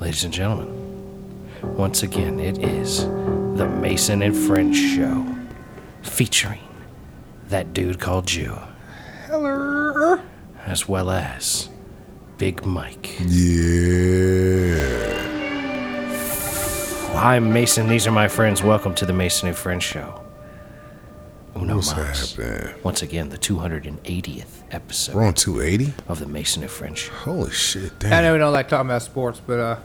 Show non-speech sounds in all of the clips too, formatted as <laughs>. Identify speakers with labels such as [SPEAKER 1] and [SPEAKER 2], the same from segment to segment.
[SPEAKER 1] Ladies and gentlemen, once again, it is the Mason and Friends Show featuring that dude called you,
[SPEAKER 2] Hello.
[SPEAKER 1] as well as Big Mike.
[SPEAKER 2] Yeah.
[SPEAKER 1] I'm Mason, these are my friends. Welcome to the Mason and Friends Show. Uno
[SPEAKER 2] What's
[SPEAKER 1] Mas.
[SPEAKER 2] happening?
[SPEAKER 1] Once again, the 280th episode
[SPEAKER 2] We're on 280?
[SPEAKER 1] of the Mason and Friends Show.
[SPEAKER 2] Holy shit,
[SPEAKER 3] I know
[SPEAKER 2] damn.
[SPEAKER 3] we don't like talking about sports, but uh,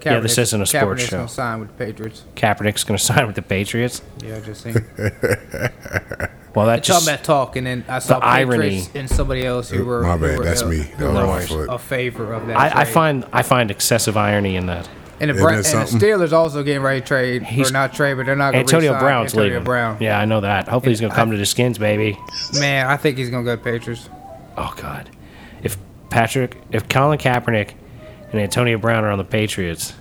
[SPEAKER 3] Kaepernick,
[SPEAKER 1] Yeah, this isn't a sports
[SPEAKER 3] Kaepernick's
[SPEAKER 1] show.
[SPEAKER 3] Gonna sign with the Patriots.
[SPEAKER 1] Kaepernick's going to <laughs> sign with the Patriots.
[SPEAKER 3] Yeah,
[SPEAKER 1] <laughs>
[SPEAKER 3] just saying.
[SPEAKER 1] Well, that
[SPEAKER 3] talking
[SPEAKER 1] just
[SPEAKER 3] about talk, and then I saw
[SPEAKER 1] The irony.
[SPEAKER 3] Patriots and somebody else who were
[SPEAKER 2] My
[SPEAKER 3] who
[SPEAKER 2] bad,
[SPEAKER 3] were,
[SPEAKER 2] that's
[SPEAKER 3] uh,
[SPEAKER 2] me.
[SPEAKER 3] who
[SPEAKER 2] That was
[SPEAKER 3] were
[SPEAKER 2] my fault.
[SPEAKER 3] A favor of that.
[SPEAKER 1] I, I
[SPEAKER 3] trade.
[SPEAKER 1] find I find excessive irony in that.
[SPEAKER 3] and the,
[SPEAKER 2] Isn't
[SPEAKER 3] Bra- and
[SPEAKER 2] that
[SPEAKER 3] the
[SPEAKER 2] something?
[SPEAKER 3] Steelers also getting ready to trade
[SPEAKER 1] He's-
[SPEAKER 3] or not trade, but they're not going to
[SPEAKER 1] Antonio Brown's
[SPEAKER 3] Antonio
[SPEAKER 1] leaving.
[SPEAKER 3] Brown.
[SPEAKER 1] Yeah, I know that. Hopefully he's gonna come to the skins, baby.
[SPEAKER 3] Man, I think he's going to go to Patriots.
[SPEAKER 1] Oh God, if Patrick, if Colin Kaepernick and Antonio Brown are on the Patriots,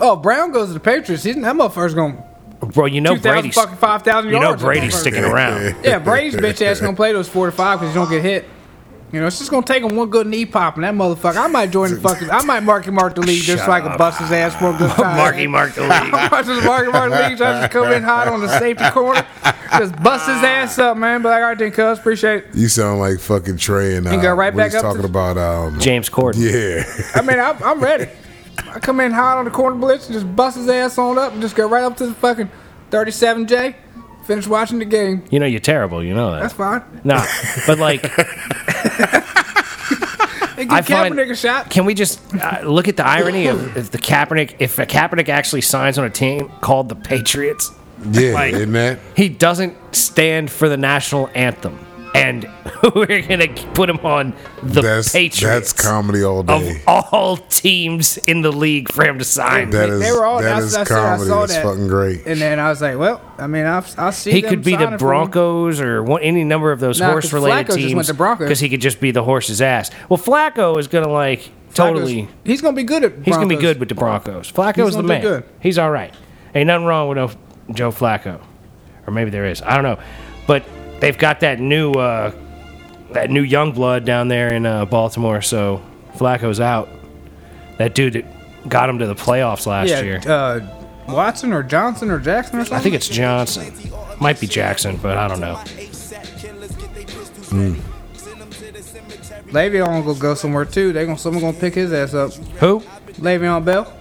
[SPEAKER 3] Oh, Brown goes to the Patriots. He's, that motherfucker's going to
[SPEAKER 1] bro, you know
[SPEAKER 3] two thousand
[SPEAKER 1] Brady's,
[SPEAKER 3] fucking five thousand
[SPEAKER 1] you
[SPEAKER 3] yards.
[SPEAKER 1] know
[SPEAKER 3] that
[SPEAKER 1] Brady's
[SPEAKER 3] motherfucker.
[SPEAKER 1] sticking around. <laughs>
[SPEAKER 3] Yeah, Brady's bitch ass gonna play those four to five because he's gonna get hit. You know, it's just gonna take him one good knee pop, and that motherfucker. I mimight join
[SPEAKER 1] <laughs>
[SPEAKER 3] the fucking. I might Marky Mark the league just so I can bust his ass for a good time.
[SPEAKER 1] Marky Mark the league.
[SPEAKER 3] I might just <laughs> Marky Mark the league. So I just come in hot on the safety corner, just bust his ass up, man. But like, all right, then, cuz appreciate. It.
[SPEAKER 2] You sound like fucking Trey and uh,
[SPEAKER 3] You go right
[SPEAKER 2] we
[SPEAKER 3] back
[SPEAKER 2] was
[SPEAKER 3] up to-
[SPEAKER 2] talking about um
[SPEAKER 1] James Corden.
[SPEAKER 3] <laughs>
[SPEAKER 2] yeah.
[SPEAKER 3] I mean, I'm, I'm ready. I come in hot on the corner blitz and just bust his ass on up and just go right up to the fucking 37J. Finish watching the game.
[SPEAKER 1] You know you're terrible. You know
[SPEAKER 3] That's
[SPEAKER 1] that.
[SPEAKER 3] fine.
[SPEAKER 1] Nah, but like,
[SPEAKER 3] And
[SPEAKER 1] I
[SPEAKER 3] give
[SPEAKER 1] find-
[SPEAKER 3] Kaepernick a shot.
[SPEAKER 1] can we just uh, look at the irony of if the Kaepernick? If a Kaepernick actually signs on a team called the Patriots,
[SPEAKER 2] Yeah,
[SPEAKER 1] Like-
[SPEAKER 2] isn't that?
[SPEAKER 1] he doesn't stand for the national anthem, and <laughs> we're gonna put him on the
[SPEAKER 2] That's
[SPEAKER 1] Patriots.
[SPEAKER 2] that's comedy all
[SPEAKER 1] of
[SPEAKER 2] day.
[SPEAKER 1] all teams in the league for him to sign.
[SPEAKER 2] That
[SPEAKER 3] They-
[SPEAKER 2] is
[SPEAKER 3] they were all-
[SPEAKER 2] that
[SPEAKER 3] that's-
[SPEAKER 2] is
[SPEAKER 3] that's- I
[SPEAKER 2] comedy.
[SPEAKER 3] saw
[SPEAKER 2] It's
[SPEAKER 3] that.
[SPEAKER 2] fucking great.
[SPEAKER 3] And then I was like, well, I mean, I'll, I'll see.
[SPEAKER 1] he
[SPEAKER 3] them
[SPEAKER 1] could be the
[SPEAKER 3] signing for him.
[SPEAKER 1] Broncos or one, any number of those
[SPEAKER 3] Nah, 'cause Flacco
[SPEAKER 1] horse-related
[SPEAKER 3] just went
[SPEAKER 1] teams
[SPEAKER 3] to Broncos.
[SPEAKER 1] because he could just be the horse's ass. Well, Flacco is gonna like totally.
[SPEAKER 3] Broncos- He's gonna be good at.
[SPEAKER 1] He's gonna be
[SPEAKER 3] Broncos.
[SPEAKER 1] good with the Broncos. Flacco's
[SPEAKER 3] He's
[SPEAKER 1] the
[SPEAKER 3] gonna do
[SPEAKER 1] man.
[SPEAKER 3] good.
[SPEAKER 1] He's all right. Ain't nothing wrong with no Joe Flacco, or maybe there is. I don't know, but they've got that new uh, that new young blood down there in uh, Baltimore. So Flacco's out. That dude that got him to the playoffs last
[SPEAKER 3] yeah,
[SPEAKER 1] year.
[SPEAKER 3] Uh, Watson or Johnson or Jackson or something.
[SPEAKER 1] I think it's Johnson. Might be Jackson, but I don't know.
[SPEAKER 3] Le'Veon gonna go somewhere too. They gonna someone gonna pick his ass up.
[SPEAKER 1] Who?
[SPEAKER 3] Le'Veon Bell.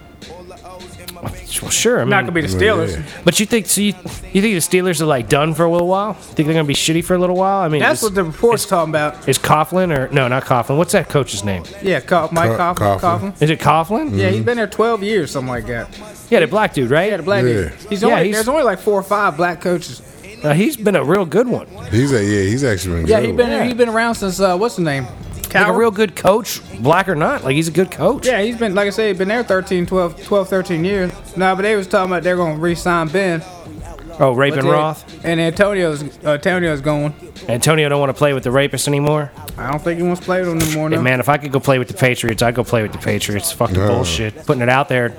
[SPEAKER 1] Well, sure. I mean,
[SPEAKER 3] Not gonna be the Steelers.
[SPEAKER 2] Yeah.
[SPEAKER 1] but you think so? You, you think the Steelers are like done for a little while? Think they're gonna be shitty for a little while? I mean,
[SPEAKER 3] That's
[SPEAKER 1] is,
[SPEAKER 3] what the report's talking about.
[SPEAKER 1] is Coughlin or no, not Coughlin. What's that coach's name?
[SPEAKER 3] Yeah, Cough, Mike
[SPEAKER 2] Co-
[SPEAKER 3] Coughlin.
[SPEAKER 2] Coughlin.
[SPEAKER 3] Coughlin.
[SPEAKER 1] Is it Coughlin?
[SPEAKER 3] Yeah, he's been there 12 years, something like that.
[SPEAKER 1] Yeah, the black dude, right?
[SPEAKER 3] Yeah, the black
[SPEAKER 2] Yeah.
[SPEAKER 3] dude. He's
[SPEAKER 1] Yeah,
[SPEAKER 3] only,
[SPEAKER 1] he's-
[SPEAKER 3] there's only like four or five black coaches.
[SPEAKER 1] Uh, he's been a real good one,
[SPEAKER 2] He's a yeah, he's actually been
[SPEAKER 3] Yeah,
[SPEAKER 2] good.
[SPEAKER 3] he's
[SPEAKER 2] <laughs>
[SPEAKER 3] been
[SPEAKER 1] Yeah.
[SPEAKER 3] he's been around since uh, what's the name?
[SPEAKER 1] like a
[SPEAKER 3] Cowher?
[SPEAKER 1] real good coach, black or not. Like he's a good coach.
[SPEAKER 3] Yeah, he's been like I said, been there 13, 12, 12 13 years. No, but they was talking about they're gonna re-sign Ben.
[SPEAKER 1] Oh, Raven
[SPEAKER 3] But they-
[SPEAKER 1] Roth.
[SPEAKER 3] And Antonio's Antonio's going.
[SPEAKER 1] Antonio don't want to play with the rapists anymore.
[SPEAKER 3] I don't think he wants to play with him anymore.
[SPEAKER 1] Hey,
[SPEAKER 3] No.
[SPEAKER 1] man, if I could go play with the Patriots, I'd go play with the Patriots. Fuck the
[SPEAKER 2] No.
[SPEAKER 1] bullshit. Putting it out there.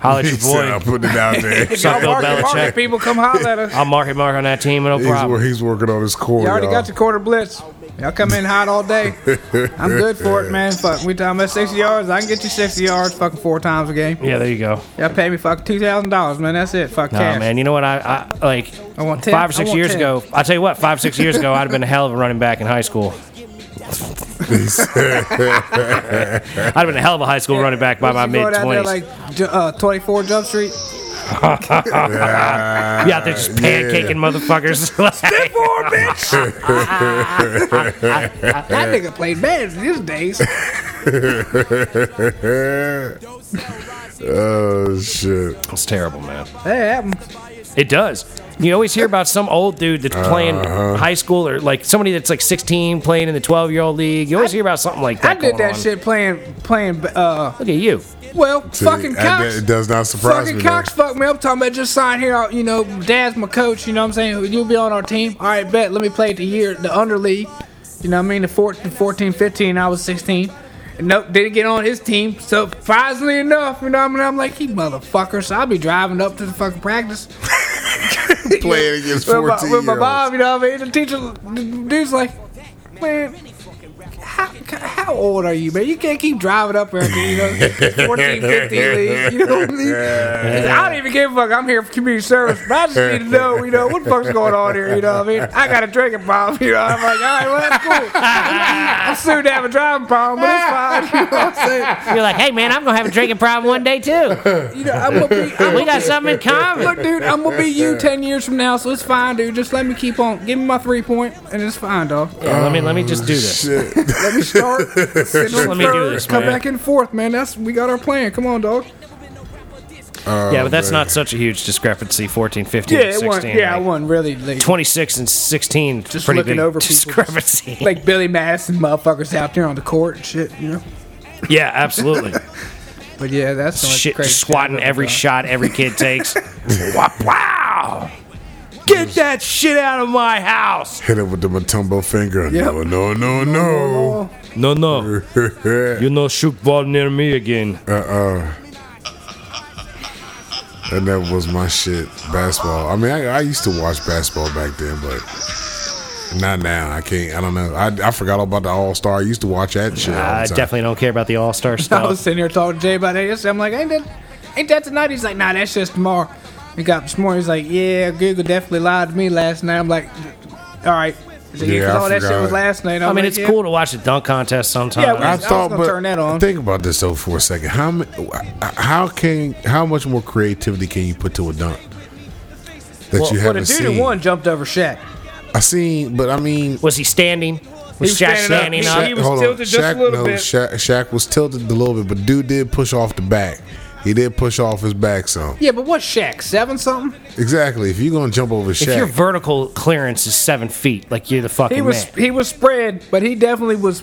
[SPEAKER 1] Holler at
[SPEAKER 2] He
[SPEAKER 1] your
[SPEAKER 2] said, I'm
[SPEAKER 1] boy.
[SPEAKER 2] uh, putting it out there.
[SPEAKER 3] <laughs>
[SPEAKER 1] What's up, Bill
[SPEAKER 3] Mark- Mark,
[SPEAKER 1] Belichick?
[SPEAKER 3] people come holler at
[SPEAKER 1] <laughs>
[SPEAKER 3] us.
[SPEAKER 1] I'll market mark on that team, no
[SPEAKER 2] he's,
[SPEAKER 1] problem.
[SPEAKER 2] wor- he's working on his core.
[SPEAKER 3] You already
[SPEAKER 2] y'all.
[SPEAKER 3] got your quarter blitz. Y'all come in hot all day. I'm good for it, man. Fuck, we talking about 60 yards. I can get you 60 yards fucking four times a game.
[SPEAKER 1] Yeah, there you go.
[SPEAKER 3] Y'all pay me fucking $2,000, man. That's it. Fuck
[SPEAKER 1] Nah,
[SPEAKER 3] cash.
[SPEAKER 1] man, you know what? I, I like
[SPEAKER 3] I want 10.
[SPEAKER 1] five or
[SPEAKER 3] I
[SPEAKER 1] six
[SPEAKER 3] want
[SPEAKER 1] years
[SPEAKER 3] 10.
[SPEAKER 1] ago. I'll tell you what, five six years ago, I'd have been a hell of a running back in high
[SPEAKER 2] <laughs>
[SPEAKER 1] school. I'd have been a hell of a high school running back by
[SPEAKER 3] Was
[SPEAKER 1] my
[SPEAKER 3] you
[SPEAKER 1] mid
[SPEAKER 3] going out there
[SPEAKER 1] twenties.
[SPEAKER 3] like ju- uh, 24 Jump Street.
[SPEAKER 2] Ah,
[SPEAKER 1] yeah, they're just pancaking
[SPEAKER 3] <laughs>
[SPEAKER 1] motherfuckers. <laughs> Like,
[SPEAKER 3] Four, bitch. that nigga played bad in his days.
[SPEAKER 2] Oh shit.
[SPEAKER 1] it's terrible, man.
[SPEAKER 3] That happened.
[SPEAKER 1] It does. You always hear about some old dude that's playing
[SPEAKER 3] Uh-huh.
[SPEAKER 1] high school or like somebody that's like 16 playing in the 12 year old league. You always hear about something like
[SPEAKER 3] I
[SPEAKER 1] that.
[SPEAKER 3] did
[SPEAKER 1] going
[SPEAKER 3] that
[SPEAKER 1] on.
[SPEAKER 3] shit playing, playing, uh,
[SPEAKER 1] Look at you.
[SPEAKER 3] well,
[SPEAKER 2] See,
[SPEAKER 3] fucking
[SPEAKER 2] I-
[SPEAKER 3] Cox.
[SPEAKER 2] It does not surprise
[SPEAKER 3] Fucking
[SPEAKER 2] me.
[SPEAKER 3] Cox fucked me up talking about just sign here. I'll- You know, Dad's my coach. You know what I'm saying? You'll be on our team. All right, bet. Let me play the year, the under league. You know what I mean? The 14, 14 15, I was 16. And nope, didn't get on his team. Surprisingly enough, you know what I mean? I'm like, he motherfucker. So I'll be driving up to the fucking practice. <laughs>
[SPEAKER 2] though. <laughs> playing against
[SPEAKER 3] with my,
[SPEAKER 2] fourteen
[SPEAKER 3] with my
[SPEAKER 2] year olds.
[SPEAKER 3] mom, you know what I mean? The teacher, the dude's like, man, how, how old are you, man? You can't keep driving up here, you know, 14, 15 league. You know what I mean? I don't even give a fuck. I'm here for community service, but I just need to know, you know, what the fuck's going on here, you know what I mean? I got a drinking problem, you know. I'm like, all right, well, that's cool. I'm soon to have a driving problem, but it's fine. You know what I'm saying?
[SPEAKER 4] You're like, hey man, I'm gonna have a drinking problem one day too.
[SPEAKER 3] You know, I'm gonna be, I'm
[SPEAKER 4] We
[SPEAKER 3] <laughs>
[SPEAKER 4] got something in common.
[SPEAKER 3] Look, dude, I'm gonna be you ten years from now, so it's fine, dude. Just let me keep on. Give me my three point, and it's fine, dog.
[SPEAKER 1] Yeah, let me let me just do this.
[SPEAKER 2] Shit.
[SPEAKER 3] Let me <laughs> start. sit on
[SPEAKER 1] Let me do
[SPEAKER 3] third,
[SPEAKER 1] this,
[SPEAKER 3] Come
[SPEAKER 1] man.
[SPEAKER 3] back and forth, man. That's we got our plan. Come on, dog.
[SPEAKER 1] yeah, but that's not such a huge discrepancy. 14, 15,
[SPEAKER 3] Oh, Yeah,
[SPEAKER 1] and
[SPEAKER 3] it
[SPEAKER 1] 16.
[SPEAKER 3] wasn't. Yeah, it
[SPEAKER 1] like,
[SPEAKER 3] wasn't really. Like,
[SPEAKER 1] 26 and 16.
[SPEAKER 3] Just
[SPEAKER 1] pretty
[SPEAKER 3] looking
[SPEAKER 1] big
[SPEAKER 3] over people's-
[SPEAKER 1] discrepancy. <laughs>
[SPEAKER 3] like Billy Madison motherfuckers out there on the court and shit, you know.
[SPEAKER 1] yeah, absolutely.
[SPEAKER 3] But yeah, that's not
[SPEAKER 1] Shit,
[SPEAKER 3] crazy.
[SPEAKER 1] just swatting every shot every <laughs> kid takes. Wha- wow! Get that shit out of my house!
[SPEAKER 2] Hit it with the Matumbo finger.
[SPEAKER 3] Yep.
[SPEAKER 2] No, no, no, no.
[SPEAKER 3] Oh,
[SPEAKER 1] No, no,
[SPEAKER 2] uh
[SPEAKER 1] you no shoot ball near me again.
[SPEAKER 2] uh <laughs> And that was my shit. Basketball. I mean, I, I used to watch basketball back then, but not now. I can't. I don't know. I, I forgot all about the All Star. I used to watch that shit. all
[SPEAKER 1] I
[SPEAKER 2] the time.
[SPEAKER 1] definitely don't care about the All <laughs> Star
[SPEAKER 3] <laughs> I was
[SPEAKER 1] stuff.
[SPEAKER 3] sitting here talking to Jay about that. yesterday. I'm like, ain't that, ain't that tonight? He's like, nah, that's just tomorrow. He got up this morning. He's like, yeah, Google definitely lied to me last night. I'm like, all right. He's like,
[SPEAKER 2] Yeah,
[SPEAKER 3] "'Cause
[SPEAKER 2] I
[SPEAKER 3] all that shit
[SPEAKER 2] forgot.
[SPEAKER 3] was last night.
[SPEAKER 1] I
[SPEAKER 3] I'm
[SPEAKER 1] mean,
[SPEAKER 3] like,
[SPEAKER 1] it's
[SPEAKER 3] yeah.
[SPEAKER 1] cool to watch a dunk contest sometimes.
[SPEAKER 3] I
[SPEAKER 2] I
[SPEAKER 3] was
[SPEAKER 2] thought,
[SPEAKER 3] gonna
[SPEAKER 2] but
[SPEAKER 3] turn that on.
[SPEAKER 2] think about this though for a second. How ma- how can how much more creativity can you put to a dunk that you
[SPEAKER 3] Well, the
[SPEAKER 2] haven't
[SPEAKER 3] dude
[SPEAKER 2] seen?
[SPEAKER 3] who won jumped over Shaq.
[SPEAKER 2] I seen, but I mean,
[SPEAKER 1] Was he standing? Was
[SPEAKER 3] was
[SPEAKER 1] Shaq
[SPEAKER 3] standing
[SPEAKER 1] standing
[SPEAKER 3] up. He-
[SPEAKER 1] up?
[SPEAKER 3] he was
[SPEAKER 2] hold on.
[SPEAKER 3] tilted just a
[SPEAKER 2] Shaq,
[SPEAKER 3] little
[SPEAKER 2] no,
[SPEAKER 3] bit.
[SPEAKER 2] Shaq, Shaq was tilted a little bit, but dude did push off the back. He did push off his back some.
[SPEAKER 3] Yeah, but what's Shaq? Seven something?
[SPEAKER 2] Exactly. If you're gonna jump over
[SPEAKER 1] If your
[SPEAKER 2] Shaq,
[SPEAKER 1] vertical clearance is seven feet, like you're the fucking
[SPEAKER 3] He was
[SPEAKER 1] man.
[SPEAKER 3] he was spread, but he definitely was.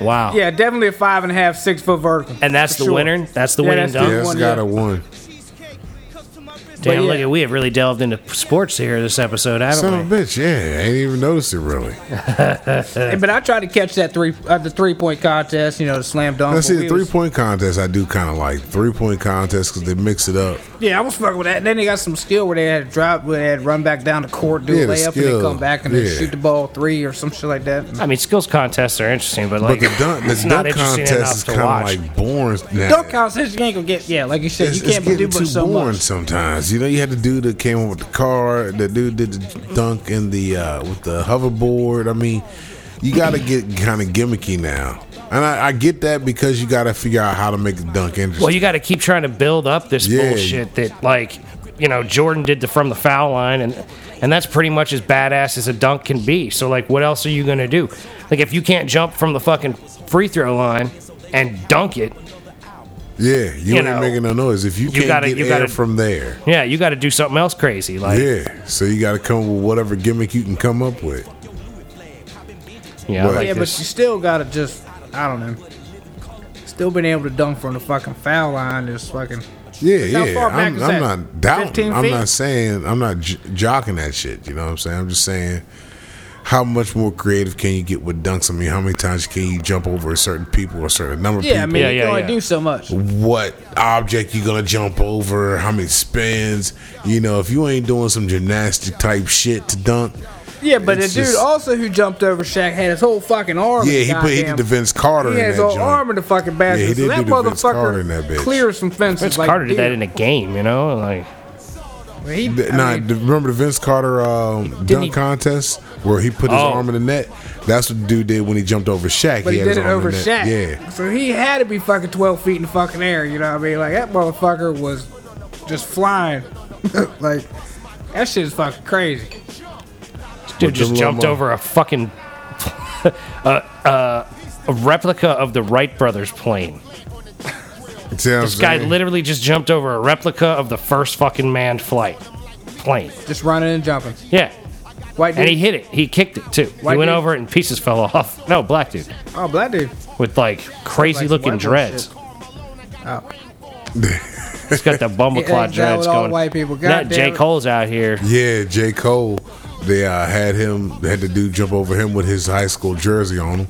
[SPEAKER 1] Wow.
[SPEAKER 3] Yeah, definitely a five and a half, six foot vertical.
[SPEAKER 1] And that's
[SPEAKER 3] For
[SPEAKER 1] the
[SPEAKER 3] sure.
[SPEAKER 1] winner. That's the
[SPEAKER 3] Yeah,
[SPEAKER 1] winning
[SPEAKER 3] that's the
[SPEAKER 1] dunk.
[SPEAKER 2] yes,
[SPEAKER 3] one,
[SPEAKER 2] got
[SPEAKER 3] yeah.
[SPEAKER 2] a one.
[SPEAKER 1] Damn,
[SPEAKER 3] yeah.
[SPEAKER 1] look at we have really delved into sports here this episode, haven't
[SPEAKER 2] Son of
[SPEAKER 1] we?
[SPEAKER 2] a bitch. Yeah, I ain't even noticed it really.
[SPEAKER 3] But I tried to catch that three, uh, the three point contest. You know, the slam dunk.
[SPEAKER 2] Now
[SPEAKER 3] but
[SPEAKER 2] see, the
[SPEAKER 3] we
[SPEAKER 2] three
[SPEAKER 3] was-
[SPEAKER 2] point contest I do kind of like three point contest because they mix it up.
[SPEAKER 3] Yeah, I was fucking with that. And then they got some skill where they had to drop, where they had to run back down the court, do
[SPEAKER 2] Yeah,
[SPEAKER 3] a
[SPEAKER 2] the
[SPEAKER 3] layup, and then
[SPEAKER 2] skill.
[SPEAKER 3] come back and then
[SPEAKER 2] Yeah.
[SPEAKER 3] shoot the ball three or some shit like that.
[SPEAKER 1] I mean, skills contests are interesting, but like
[SPEAKER 2] but the dunk,
[SPEAKER 1] it's
[SPEAKER 2] the
[SPEAKER 1] not
[SPEAKER 2] dunk
[SPEAKER 1] interesting
[SPEAKER 2] contest
[SPEAKER 1] enough
[SPEAKER 2] is
[SPEAKER 1] to
[SPEAKER 2] kind of
[SPEAKER 1] watch.
[SPEAKER 2] like boring. now.
[SPEAKER 3] Dunk contest, you ain't gonna get. Yeah, like you said,
[SPEAKER 2] It's,
[SPEAKER 3] you can't
[SPEAKER 2] it's
[SPEAKER 3] do
[SPEAKER 2] getting
[SPEAKER 3] but
[SPEAKER 2] too
[SPEAKER 3] so
[SPEAKER 2] boring
[SPEAKER 3] much.
[SPEAKER 2] sometimes. You know, you had the dude that came up with the car. The dude did the dunk in the uh, with the hoverboard. I mean, you got to get kind of gimmicky now, and I, I get that because you got to figure out how to make the dunk interesting.
[SPEAKER 1] well, you got to keep trying to build up this
[SPEAKER 2] Yeah.
[SPEAKER 1] bullshit that like you know Jordan did the from the foul line, and and that's pretty much as badass as a dunk can be. So like, what else are you gonna do? Like, if you can't jump from the fucking free throw line and dunk it,
[SPEAKER 2] yeah, you, ain't
[SPEAKER 1] know,
[SPEAKER 2] making no noise if you, can't
[SPEAKER 1] gotta-
[SPEAKER 2] get
[SPEAKER 1] you
[SPEAKER 2] air
[SPEAKER 1] gotta-
[SPEAKER 2] from there.
[SPEAKER 1] yeah, you got to do something else crazy. Like,
[SPEAKER 2] Yeah, so you got to come up with whatever gimmick you can come up with.
[SPEAKER 1] yeah, I
[SPEAKER 2] Right.
[SPEAKER 1] like
[SPEAKER 3] Yeah, but
[SPEAKER 1] this.
[SPEAKER 3] you still gotta just. I don't know. Still being able to dunk from the fucking foul line is fucking.
[SPEAKER 2] Yeah,
[SPEAKER 3] How
[SPEAKER 2] yeah.
[SPEAKER 3] far back
[SPEAKER 2] I'm,
[SPEAKER 3] is
[SPEAKER 2] I'm
[SPEAKER 3] that?
[SPEAKER 2] not doubting.
[SPEAKER 3] 15
[SPEAKER 2] I'm
[SPEAKER 3] feet?
[SPEAKER 2] not saying. I'm not j- jocking that shit. You know what I'm saying? I'm just saying. How much more creative can you get with dunks? I mean, how many times can you jump over a certain people or a certain number of
[SPEAKER 3] Yeah, I
[SPEAKER 2] people?
[SPEAKER 3] mean,
[SPEAKER 1] Yeah,
[SPEAKER 3] you
[SPEAKER 1] yeah,
[SPEAKER 3] can only
[SPEAKER 1] yeah.
[SPEAKER 3] do so much.
[SPEAKER 2] What object you gonna jump over? How many spins? You know, if you ain't doing some gymnastic type shit to dunk,
[SPEAKER 3] Yeah, but
[SPEAKER 2] It's
[SPEAKER 3] the dude
[SPEAKER 2] just-
[SPEAKER 3] also who jumped over Shaq had his whole fucking arm.
[SPEAKER 2] yeah,
[SPEAKER 3] in
[SPEAKER 2] he put he did
[SPEAKER 3] Oh, goddamn-
[SPEAKER 2] the Vince Carter.
[SPEAKER 3] He
[SPEAKER 2] in
[SPEAKER 3] had his
[SPEAKER 2] that
[SPEAKER 3] whole
[SPEAKER 2] joint.
[SPEAKER 3] arm in the fucking basket.
[SPEAKER 2] Yeah, he
[SPEAKER 3] so
[SPEAKER 2] did
[SPEAKER 3] that
[SPEAKER 2] do the Vince Carter
[SPEAKER 3] motherfucker
[SPEAKER 2] in that bitch.
[SPEAKER 3] clears some fences.
[SPEAKER 1] Vince
[SPEAKER 3] like
[SPEAKER 1] Carter did that
[SPEAKER 3] deer.
[SPEAKER 1] in a game, you know, like
[SPEAKER 3] He,
[SPEAKER 2] The-
[SPEAKER 3] I
[SPEAKER 2] nah,
[SPEAKER 3] mean,
[SPEAKER 2] the- remember the Vince Carter um, dunk
[SPEAKER 1] he-
[SPEAKER 2] contest where he put his
[SPEAKER 1] Oh.
[SPEAKER 2] arm in the net? That's what the dude did when he jumped over Shaq.
[SPEAKER 3] but he,
[SPEAKER 2] had his
[SPEAKER 3] did it
[SPEAKER 2] arm
[SPEAKER 3] over
[SPEAKER 2] in the
[SPEAKER 3] Shaq.
[SPEAKER 2] net. Yeah.
[SPEAKER 3] So he had to be fucking 12 feet in the fucking air, you know what I mean? Like, that motherfucker was just flying. <laughs> like, that shit is fucking crazy.
[SPEAKER 1] Dude
[SPEAKER 2] With
[SPEAKER 1] just
[SPEAKER 2] the
[SPEAKER 1] jumped
[SPEAKER 2] little-
[SPEAKER 1] over a fucking <laughs> uh, uh, a replica of the Wright brothers plane.
[SPEAKER 2] See what I'm
[SPEAKER 1] This guy
[SPEAKER 2] saying?
[SPEAKER 1] literally just jumped over a replica of the first fucking manned flight plane.
[SPEAKER 3] Just running and jumping.
[SPEAKER 1] Yeah,
[SPEAKER 3] White dude.
[SPEAKER 1] and he hit it. He kicked it too.
[SPEAKER 3] White
[SPEAKER 1] he went
[SPEAKER 3] dude?
[SPEAKER 1] over it and pieces fell off. <laughs> No, black dude
[SPEAKER 3] oh, black
[SPEAKER 1] <laughs>
[SPEAKER 3] dude.
[SPEAKER 1] with like crazy
[SPEAKER 3] Like
[SPEAKER 1] looking
[SPEAKER 3] white
[SPEAKER 1] dreads.
[SPEAKER 3] Oh.
[SPEAKER 1] <laughs> He's got the bumble
[SPEAKER 3] Yeah,
[SPEAKER 1] claw
[SPEAKER 3] that
[SPEAKER 1] dreads
[SPEAKER 3] with all
[SPEAKER 1] going.
[SPEAKER 3] white people. God
[SPEAKER 1] that
[SPEAKER 3] damn
[SPEAKER 1] J
[SPEAKER 3] it.
[SPEAKER 1] Cole's out here.
[SPEAKER 2] Yeah, J. Cole. They uh, had him, they had the dude jump over him with his high school jersey on him.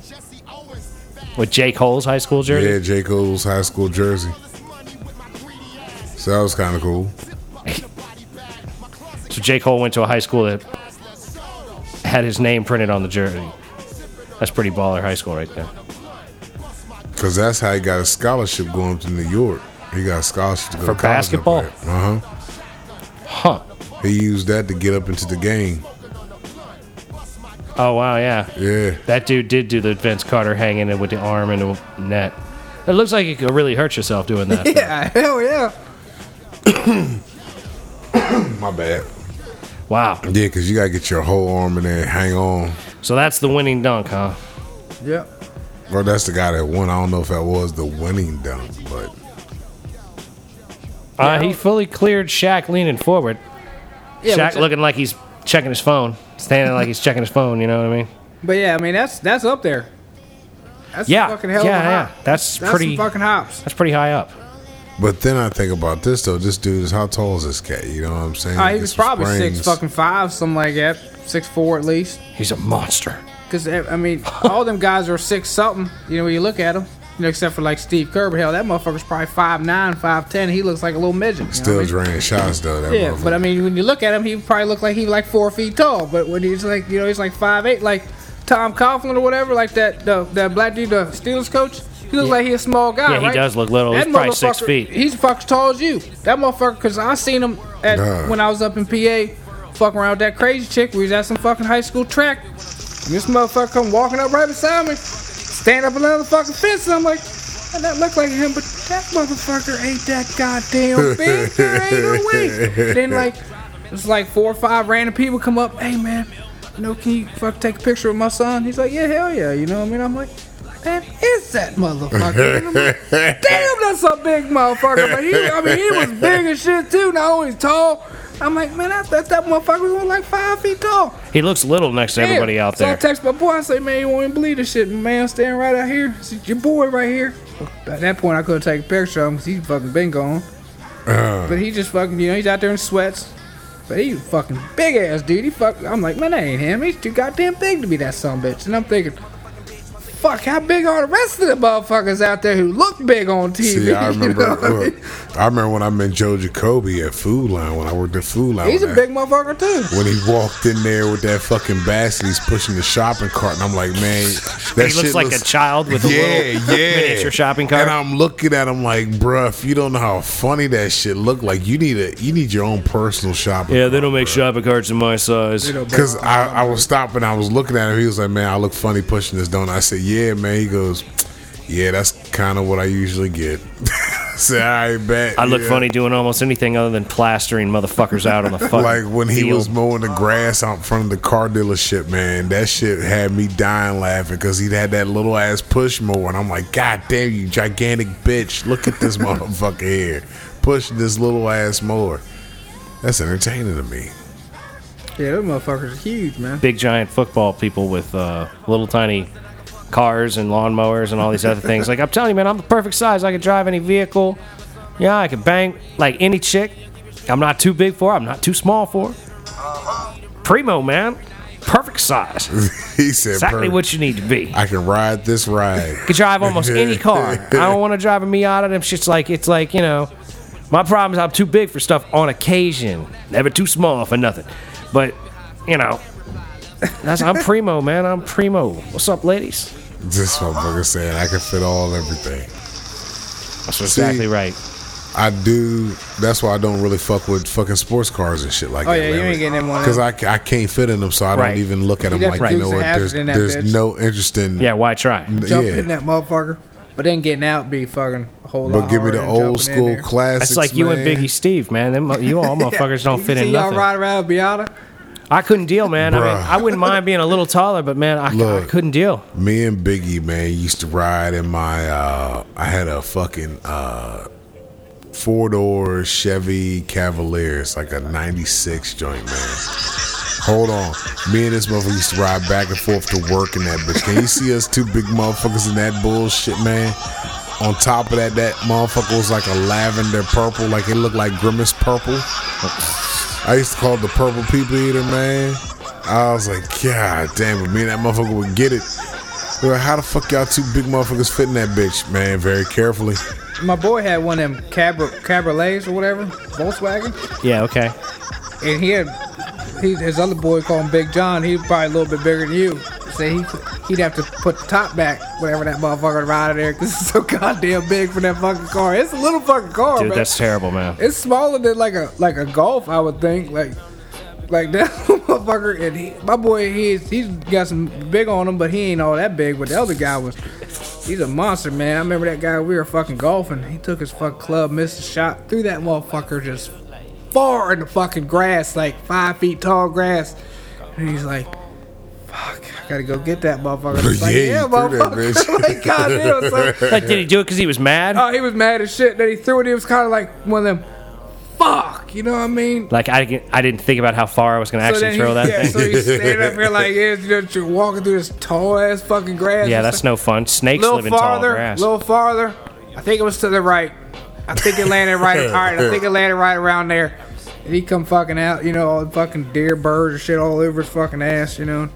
[SPEAKER 1] with J Cole's high school jersey.
[SPEAKER 2] Yeah, J. Cole's high school jersey. So that was kind of cool.
[SPEAKER 1] So J Cole went to a high school that had his name printed on the jersey. That's pretty baller high school right there.
[SPEAKER 2] Because that's how he got a scholarship going to New York. He got a scholarship to go
[SPEAKER 1] For
[SPEAKER 2] to college up
[SPEAKER 1] basketball?
[SPEAKER 2] there. Uh-huh.
[SPEAKER 1] Huh.
[SPEAKER 2] He used that to get up into the game.
[SPEAKER 1] Oh wow, yeah.
[SPEAKER 2] Yeah.
[SPEAKER 1] That dude did do the Vince Carter hanging it with the arm and the net. It looks like you could really hurt yourself doing that.
[SPEAKER 3] <laughs> Yeah, hell yeah.
[SPEAKER 2] My bad.
[SPEAKER 1] Wow.
[SPEAKER 2] Yeah, because you got to get your whole arm in there and hang on.
[SPEAKER 1] So that's the winning dunk, huh?
[SPEAKER 3] Yep.
[SPEAKER 2] Bro, that's the guy that won. I don't know if that was the winning dunk, but
[SPEAKER 1] Uh, he fully cleared Shaq leaning forward.
[SPEAKER 3] Yeah,
[SPEAKER 1] Shaq
[SPEAKER 3] but, tha-
[SPEAKER 1] looking like he's checking his phone, standing like he's checking his phone. You know what I mean?
[SPEAKER 3] but yeah, I mean that's that's up there. That's
[SPEAKER 1] Yeah,
[SPEAKER 3] fucking hell
[SPEAKER 1] yeah,
[SPEAKER 3] of a
[SPEAKER 1] yeah.
[SPEAKER 3] hop.
[SPEAKER 1] That's
[SPEAKER 3] that's
[SPEAKER 1] pretty-
[SPEAKER 3] some fucking hops.
[SPEAKER 1] That's pretty high up.
[SPEAKER 2] but then I think about this though. This dude is how tall is this cat? You know what I'm saying?
[SPEAKER 3] Oh, he
[SPEAKER 2] Get
[SPEAKER 3] was
[SPEAKER 2] some
[SPEAKER 3] probably
[SPEAKER 2] springs.
[SPEAKER 3] six fucking five, something like that, six four at least.
[SPEAKER 1] He's a monster.
[SPEAKER 3] Because
[SPEAKER 2] <laughs>
[SPEAKER 3] I mean, all them guys are six something. You know, when you look at them, you know, except for like Steve Kerr. But hell, that motherfucker's probably five nine, five ten. He looks like a little midget. you know
[SPEAKER 2] Still
[SPEAKER 3] what I mean?
[SPEAKER 2] draining shots though. That
[SPEAKER 3] Yeah, but I mean, when you look at him, he probably looked like he like four feet tall. But when he's like, you know, he's like five eight, like Tom Coughlin or whatever, like that the, that black dude, the Steelers coach. He looks like he's a small guy.
[SPEAKER 1] Yeah, he
[SPEAKER 3] right?
[SPEAKER 1] does look little.
[SPEAKER 3] That
[SPEAKER 1] He's probably six
[SPEAKER 3] motherfucker-
[SPEAKER 1] feet.
[SPEAKER 3] He's fucking tall as you. That motherfucker, because I seen him at
[SPEAKER 2] Nah.
[SPEAKER 3] when I was up in PA, fucking around with that crazy chick. We was at some fucking high school track. And this motherfucker come walking up right beside me, stand up another fucking fence, and I'm like. "Man, That look like him, but that motherfucker ain't that goddamn big. There ain't no way. Then like, it's like four or five random people come up. Hey man, you know, can you fuck take a picture with my son? He's like, yeah, hell yeah. You know what I mean? I'm like, that is that motherfucker. And I'm like,
[SPEAKER 2] <laughs>
[SPEAKER 3] damn, that's a big motherfucker. But he, I mean, he was big as shit too. Not only tall. I'm like, man, I thought that motherfucker was only like five feet tall.
[SPEAKER 1] He looks little next to
[SPEAKER 3] Damn.
[SPEAKER 1] everybody out
[SPEAKER 3] So I
[SPEAKER 1] there.
[SPEAKER 3] text my boy. I say, man, you won't even believe this shit. My Man, standing right out here. I said, your boy right here. At that point, I couldn't take a picture of him because he's fucking been gone.
[SPEAKER 2] Uh,
[SPEAKER 3] But he just fucking, you know, he's out there in sweats. But he fucking big ass dude. He fuck. I'm like, man, that ain't him. He's too goddamn big to be that son bitch. And I'm thinking, fuck, how big are the rest of the motherfuckers out there who look big on TV?
[SPEAKER 2] See, I
[SPEAKER 3] <laughs> You know
[SPEAKER 2] remember. uh,
[SPEAKER 3] what I mean?
[SPEAKER 2] look, I remember when I met Joe Jacoby at Food Line when I worked at Food Line.
[SPEAKER 3] He's a
[SPEAKER 2] man.
[SPEAKER 3] big motherfucker too.
[SPEAKER 2] When he walked in there with that fucking basket, he's pushing the shopping cart, and I'm like, man, that
[SPEAKER 1] <laughs> He looks
[SPEAKER 2] shit
[SPEAKER 1] like a child with a little miniature shopping cart.
[SPEAKER 2] And I'm looking at him like, bruh, if you don't know how funny that shit look like, you need a you need your own personal shopping.
[SPEAKER 1] yeah, they don't make shopping carts in my size.
[SPEAKER 2] Cause I, I was stopping, I was looking at him. He was like, "Man, I look funny pushing this donut." I said, "Yeah, man." He goes, "Yeah, that's kind of what I usually get." <laughs> I said, "I bet."
[SPEAKER 1] I look
[SPEAKER 2] yeah."
[SPEAKER 1] funny doing almost anything other than plastering motherfuckers out
[SPEAKER 2] <laughs>
[SPEAKER 1] on the fucking
[SPEAKER 2] Like when he
[SPEAKER 1] field.
[SPEAKER 2] was mowing the grass out in front of the car dealership, man, that shit had me dying laughing because he'd had that little ass push mower, and I'm like, God damn you, gigantic bitch! Look at this <laughs> motherfucker here pushing this little ass mower. That's entertaining to me. <laughs>
[SPEAKER 3] Yeah, those motherfuckers are huge, man.
[SPEAKER 1] big giant football people with uh, little tiny cars and lawnmowers and all these other things. Like I'm telling you, man, I'm the perfect size. I can drive any vehicle. Yeah, I can bang like any chick. I'm not too big for. her, I'm not too small for. her. Primo, man, perfect size.
[SPEAKER 2] <laughs> He said,
[SPEAKER 1] Exactly
[SPEAKER 2] "Perfect.
[SPEAKER 1] what you need to be.
[SPEAKER 2] I can ride this ride."
[SPEAKER 1] <laughs> could drive
[SPEAKER 2] <laughs>
[SPEAKER 1] almost any car. I don't want to drive a Miata. Them shit's like it's like you know. My problem is I'm too big for stuff on occasion. Never too small for nothing. But you know, that's I'm primo, man. I'm primo. What's up, ladies?
[SPEAKER 2] This motherfucker saying I can fit all everything.
[SPEAKER 1] That's exactly right.
[SPEAKER 2] I do. That's why I don't really fuck with fucking sports cars and shit like
[SPEAKER 3] Oh
[SPEAKER 2] that.
[SPEAKER 3] yeah, you ain't getting them one.
[SPEAKER 2] Because I, I can't fit in them, so I don't
[SPEAKER 1] Right.
[SPEAKER 2] even look at them
[SPEAKER 3] got
[SPEAKER 2] like
[SPEAKER 3] Right.
[SPEAKER 2] you know
[SPEAKER 3] Dukes
[SPEAKER 2] what.
[SPEAKER 3] of
[SPEAKER 2] There's,
[SPEAKER 3] Hazzard in that
[SPEAKER 2] there's
[SPEAKER 3] bitch.
[SPEAKER 2] no interest in.
[SPEAKER 1] Yeah, why try?
[SPEAKER 3] jump
[SPEAKER 2] yeah.
[SPEAKER 3] in that motherfucker. But then getting out be fucking a whole lot.
[SPEAKER 2] But give me
[SPEAKER 3] harder
[SPEAKER 2] the
[SPEAKER 3] than
[SPEAKER 2] old
[SPEAKER 3] jumping in
[SPEAKER 2] school
[SPEAKER 3] there.
[SPEAKER 2] classics.
[SPEAKER 1] That's like you and
[SPEAKER 2] man.
[SPEAKER 1] Biggie Steve, man. Them, you
[SPEAKER 2] <laughs>
[SPEAKER 1] all motherfuckers don't
[SPEAKER 3] You
[SPEAKER 1] fit
[SPEAKER 3] see
[SPEAKER 1] in
[SPEAKER 3] y'all
[SPEAKER 1] nothing.
[SPEAKER 3] ride around a Beata.
[SPEAKER 1] I couldn't deal, man. I, mean,
[SPEAKER 2] Bruh.
[SPEAKER 1] I wouldn't mind being a little taller, but man, I, I
[SPEAKER 2] Look.
[SPEAKER 1] couldn't deal.
[SPEAKER 2] Me and Biggie, man, used to ride in my. Uh, I had a fucking uh, four door Chevy Cavalier. It's like a '96 joint, man. Hold on, me and this motherfucker used to ride back and forth to work in that bitch. Can you see us two big motherfuckers in that bullshit, man? On top of that, that motherfucker was like a lavender purple, like it looked like grimace purple. I used to call it the purple people eater, man. I was like, God damn it, me and that motherfucker would get it. Well, how the fuck y'all two big motherfuckers fit in that bitch, man? Very carefully.
[SPEAKER 3] My boy had one of them cabri- cabriolets or whatever, Volkswagen,
[SPEAKER 1] Yeah, okay.
[SPEAKER 3] and he had he, his other boy called him Big John. He was probably a little bit bigger than you. Say he he'd have to put the top back whenever that motherfucker would ride in there because it's so <laughs> goddamn big for that fucking car. It's a little fucking
[SPEAKER 2] Oh,
[SPEAKER 3] car,
[SPEAKER 1] Dude,
[SPEAKER 3] man.
[SPEAKER 1] that's terrible, man.
[SPEAKER 3] It's smaller than like a like a golf, I would think. Like like <laughs> that motherfucker and he, my boy he's he's got some big on him, but he ain't all that big, but the other guy was he's a monster, man. I remember that guy we were fucking golfing. He took his fucking club, missed a shot, threw that motherfucker just far in the fucking grass, like five feet tall grass. And he's like Fuck, I gotta go get that motherfucker. It's like,
[SPEAKER 2] Yeah,
[SPEAKER 3] yeah,
[SPEAKER 2] you threw that
[SPEAKER 3] motherfucker. <laughs>
[SPEAKER 2] bitch.
[SPEAKER 3] like, goddamn,
[SPEAKER 2] <laughs>
[SPEAKER 3] son.
[SPEAKER 1] Like, did he do it because he was mad?
[SPEAKER 3] Oh, he was mad as shit. Then he threw it. He was kind of like one of them, fuck. You know what I mean?
[SPEAKER 1] Like, I, didn't- I didn't think about how far I was going to
[SPEAKER 3] then
[SPEAKER 1] actually
[SPEAKER 3] he,
[SPEAKER 1] throw that
[SPEAKER 3] <laughs> yeah,
[SPEAKER 1] thing.
[SPEAKER 3] so he's standing up here like this. You know, you're walking through this tall ass fucking grass.
[SPEAKER 1] yeah,
[SPEAKER 3] It's
[SPEAKER 1] that's no fun. Snakes
[SPEAKER 3] like, little
[SPEAKER 1] live in tall
[SPEAKER 3] farther,
[SPEAKER 1] grass.
[SPEAKER 3] little farther. I think it was to the right. I think it landed right. all right, I think it landed right around there. And he come fucking out. You know, all the fucking deer, birds, and shit all over his fucking ass. You know,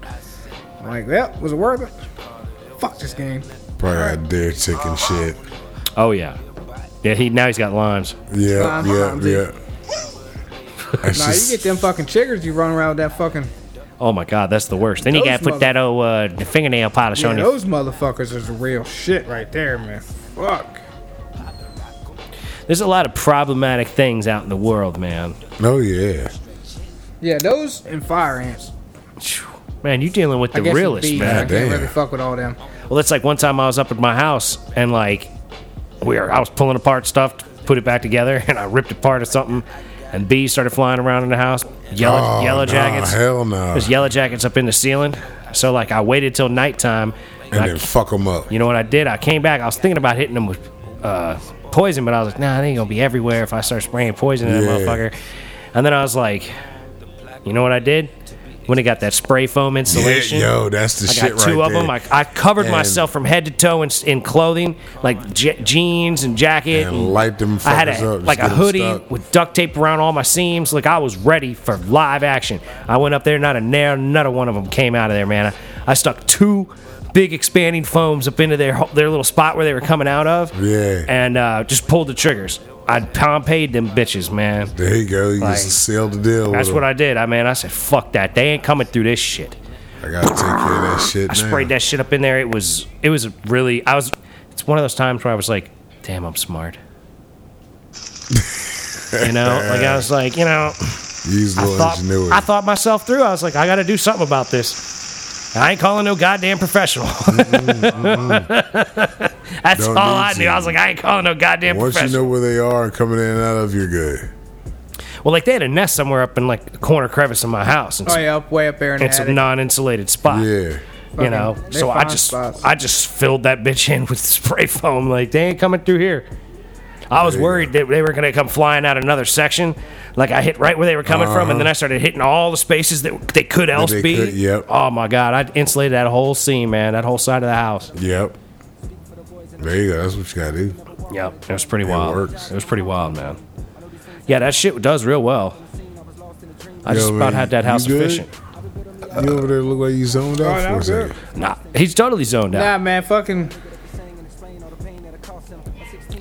[SPEAKER 3] I'm like, well, was it worth it? Fuck this game.
[SPEAKER 2] Probably had deer chicken shit.
[SPEAKER 1] oh, yeah. Yeah, he now he's got limes.
[SPEAKER 2] Yeah,
[SPEAKER 3] Lime
[SPEAKER 2] yeah,
[SPEAKER 3] limes, <laughs>
[SPEAKER 2] yeah. That's
[SPEAKER 3] Nah, you
[SPEAKER 2] just-
[SPEAKER 3] get them fucking chiggers you run around with that fucking
[SPEAKER 1] Oh, my God, that's the worst. Then you
[SPEAKER 3] Those
[SPEAKER 1] got to put
[SPEAKER 3] mother-
[SPEAKER 1] that old uh, fingernail polish
[SPEAKER 3] Yeah,
[SPEAKER 1] on you.
[SPEAKER 3] those motherfuckers is real shit right there, man. Fuck.
[SPEAKER 1] There's a lot of problematic things out in the world, man.
[SPEAKER 2] Oh yeah.
[SPEAKER 3] Yeah, those and fire ants.
[SPEAKER 1] Phew. Man, you dealing with
[SPEAKER 3] I
[SPEAKER 1] the
[SPEAKER 3] guess uh,
[SPEAKER 1] realest,
[SPEAKER 3] bees.
[SPEAKER 1] man.
[SPEAKER 3] I can't
[SPEAKER 2] Goddamn.
[SPEAKER 3] really fuck with all them.
[SPEAKER 1] Well, it's like one time I was up at my house and like we were, I was pulling apart stuff to put it back together, <laughs> and I ripped apart or something, and bees started flying around in the house. Yellow,
[SPEAKER 2] Oh,
[SPEAKER 1] yellow
[SPEAKER 2] nah,
[SPEAKER 1] jackets.
[SPEAKER 2] hell no.
[SPEAKER 1] There's yellow jackets up in the ceiling. So like I waited till nighttime, and,
[SPEAKER 2] and
[SPEAKER 1] I,
[SPEAKER 2] then fuck them up.
[SPEAKER 1] you know what I did? I came back. I was thinking about hitting them with uh, poison, but I was like, nah, they ain't gonna be everywhere if I start spraying poison in
[SPEAKER 2] Yeah.
[SPEAKER 1] that motherfucker. And then I was like, you know what I did? When it got that spray foam
[SPEAKER 2] Yeah,
[SPEAKER 1] insulation,
[SPEAKER 2] yo, that's the
[SPEAKER 1] I
[SPEAKER 2] shit
[SPEAKER 1] got two
[SPEAKER 2] right
[SPEAKER 1] of them.
[SPEAKER 2] there.
[SPEAKER 1] I, I covered
[SPEAKER 2] And-
[SPEAKER 1] myself from head to toe in, in clothing, like je- jeans and jacket.
[SPEAKER 2] And light them
[SPEAKER 1] I had a,
[SPEAKER 2] fuckers up, just
[SPEAKER 1] like a
[SPEAKER 2] get 'em
[SPEAKER 1] hoodie
[SPEAKER 2] stuck.
[SPEAKER 1] with duct tape around all my seams. Like I was ready for live action. I went up there, not a nair, not a one of them came out of there, man. I, I stuck two big expanding foams up into their ho- their little spot where they were coming out of.
[SPEAKER 2] Yeah.
[SPEAKER 1] And uh, just pulled the triggers. I Pompeyed them bitches, man.
[SPEAKER 2] There you go. You
[SPEAKER 1] Like,
[SPEAKER 2] just seal the deal.
[SPEAKER 1] That's
[SPEAKER 2] with
[SPEAKER 1] what
[SPEAKER 2] 'em.
[SPEAKER 1] I did. I man, I said, fuck that. They ain't coming through this shit.
[SPEAKER 2] I gotta take care of that shit.
[SPEAKER 1] I sprayed that shit up in there. It was it was really I was it's one of those times where I was like, damn, I'm smart. you know, like I was like, you
[SPEAKER 2] <laughs>
[SPEAKER 1] know,
[SPEAKER 2] Use
[SPEAKER 1] I
[SPEAKER 2] little
[SPEAKER 1] thought
[SPEAKER 2] ingenuity.
[SPEAKER 1] I thought myself through. I was like, I got to do something about this. I ain't calling no goddamn professional. <laughs> That's
[SPEAKER 2] Don't
[SPEAKER 1] all
[SPEAKER 2] need
[SPEAKER 1] I knew. I was
[SPEAKER 2] to.
[SPEAKER 1] like, I ain't calling no goddamn
[SPEAKER 2] Once you
[SPEAKER 1] professional.
[SPEAKER 2] know where they are coming in and out of, you're good.
[SPEAKER 1] well, like they had a nest somewhere up in like a corner crevice in my house. And
[SPEAKER 3] Oh
[SPEAKER 1] some,
[SPEAKER 3] yeah, up way up there in the
[SPEAKER 1] and some
[SPEAKER 3] attic.
[SPEAKER 1] non-insulated spot.
[SPEAKER 2] Yeah.
[SPEAKER 1] you know.
[SPEAKER 3] Fucking- they
[SPEAKER 1] So I
[SPEAKER 3] find
[SPEAKER 1] just
[SPEAKER 3] spots.
[SPEAKER 1] I just filled that <laughs> bitch in with spray foam. Like they ain't coming through here. I was
[SPEAKER 2] There you
[SPEAKER 1] worried that they were gonna come flying out another section. Like I hit right where they were coming from, and then I started hitting all the spaces that they could else
[SPEAKER 2] Uh-huh. they
[SPEAKER 1] be.
[SPEAKER 2] could, yep.
[SPEAKER 1] Oh my god, I insulated that whole scene, man. That whole side of the house.
[SPEAKER 2] Yep. There you go. That's what you gotta do.
[SPEAKER 1] Yep, it was pretty wild.
[SPEAKER 2] works.
[SPEAKER 1] It was pretty wild, man. Yeah, that shit does real well. I
[SPEAKER 2] Yo,
[SPEAKER 1] just about
[SPEAKER 2] man,
[SPEAKER 1] had that
[SPEAKER 2] you
[SPEAKER 1] house
[SPEAKER 2] good?
[SPEAKER 1] efficient.
[SPEAKER 2] You over there look like you zoned
[SPEAKER 1] Oh,
[SPEAKER 2] out
[SPEAKER 3] Alright,
[SPEAKER 2] for
[SPEAKER 3] I'm
[SPEAKER 2] a second.
[SPEAKER 1] Nah, he's totally zoned out.
[SPEAKER 3] Nah, man, fucking.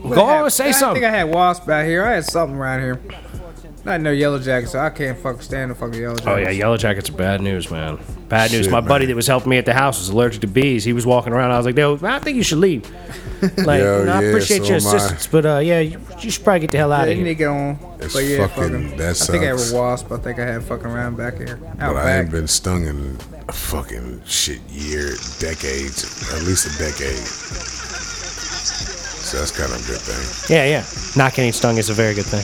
[SPEAKER 1] Go on,
[SPEAKER 3] I
[SPEAKER 1] say
[SPEAKER 3] had- I
[SPEAKER 1] something.
[SPEAKER 3] think I had wasp out here. I had something around here. Not no yellow jacket, so I can't fucking stand the fucking yellow jacket.
[SPEAKER 1] Oh yeah, yellow jackets are bad news, man. Bad news.
[SPEAKER 2] Shit,
[SPEAKER 1] My buddy
[SPEAKER 2] man.
[SPEAKER 1] that was helping me at the house was allergic to bees. He was walking around. I was like, "Yo, I think you should
[SPEAKER 2] <laughs>
[SPEAKER 1] leave." Like,
[SPEAKER 2] Yo,
[SPEAKER 1] you know, I
[SPEAKER 2] yeah,
[SPEAKER 1] appreciate
[SPEAKER 2] so
[SPEAKER 1] your
[SPEAKER 2] am I.
[SPEAKER 1] assistance, but uh, yeah, you, you should probably get the hell out
[SPEAKER 3] They
[SPEAKER 1] of
[SPEAKER 3] need to
[SPEAKER 1] here.
[SPEAKER 3] get on.
[SPEAKER 2] It's
[SPEAKER 3] But yeah,
[SPEAKER 2] fucking-
[SPEAKER 3] fucking.
[SPEAKER 2] that
[SPEAKER 3] I think I had
[SPEAKER 2] sucks.
[SPEAKER 3] a wasp. I think I had fucking around back here. Out
[SPEAKER 2] But I
[SPEAKER 3] back.
[SPEAKER 2] ain't been stung in a fucking shit year, decades, at least a decade. So that's kind of a good thing.
[SPEAKER 1] Yeah, yeah. Not getting stung is a very good thing.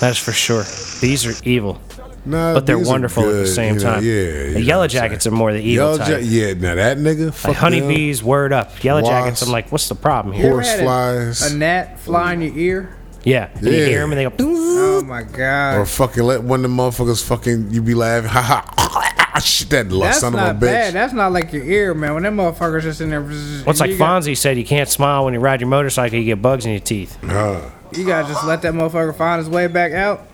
[SPEAKER 1] That is for sure. Bees are evil,
[SPEAKER 2] Nah,
[SPEAKER 1] but they're
[SPEAKER 2] these are
[SPEAKER 1] wonderful at the
[SPEAKER 2] good,
[SPEAKER 1] same
[SPEAKER 2] you know,
[SPEAKER 1] time.
[SPEAKER 2] Yeah, you know
[SPEAKER 1] the yellow
[SPEAKER 2] what I'm saying.
[SPEAKER 1] jackets are more the evil
[SPEAKER 2] Yellow ja-
[SPEAKER 1] type.
[SPEAKER 2] yeah. Now that nigga, fuck
[SPEAKER 1] like honeybees, word up. Yellow jackets. I'm
[SPEAKER 2] wasps,
[SPEAKER 1] like, what's the problem
[SPEAKER 3] You
[SPEAKER 1] here?
[SPEAKER 3] ever had a-
[SPEAKER 2] horseflies.
[SPEAKER 3] A gnat fly in your ear.
[SPEAKER 1] Yeah, And you
[SPEAKER 2] Yeah.
[SPEAKER 1] hear them and they go.
[SPEAKER 3] Oh my god.
[SPEAKER 2] Or fucking let one of them motherfuckers fucking you be laughing. <laughs> Ha ha. Shit, that little
[SPEAKER 3] That's
[SPEAKER 2] Oh, son
[SPEAKER 3] not
[SPEAKER 2] of a bitch.
[SPEAKER 3] bad. That's not like your ear, man. When that motherfucker's just in there.
[SPEAKER 1] What's like
[SPEAKER 3] you got-
[SPEAKER 1] Fonzie said? You can't smile when you ride your motorcycle. You get bugs in your teeth.
[SPEAKER 2] Huh.
[SPEAKER 3] You gotta just let that motherfucker find his way back out.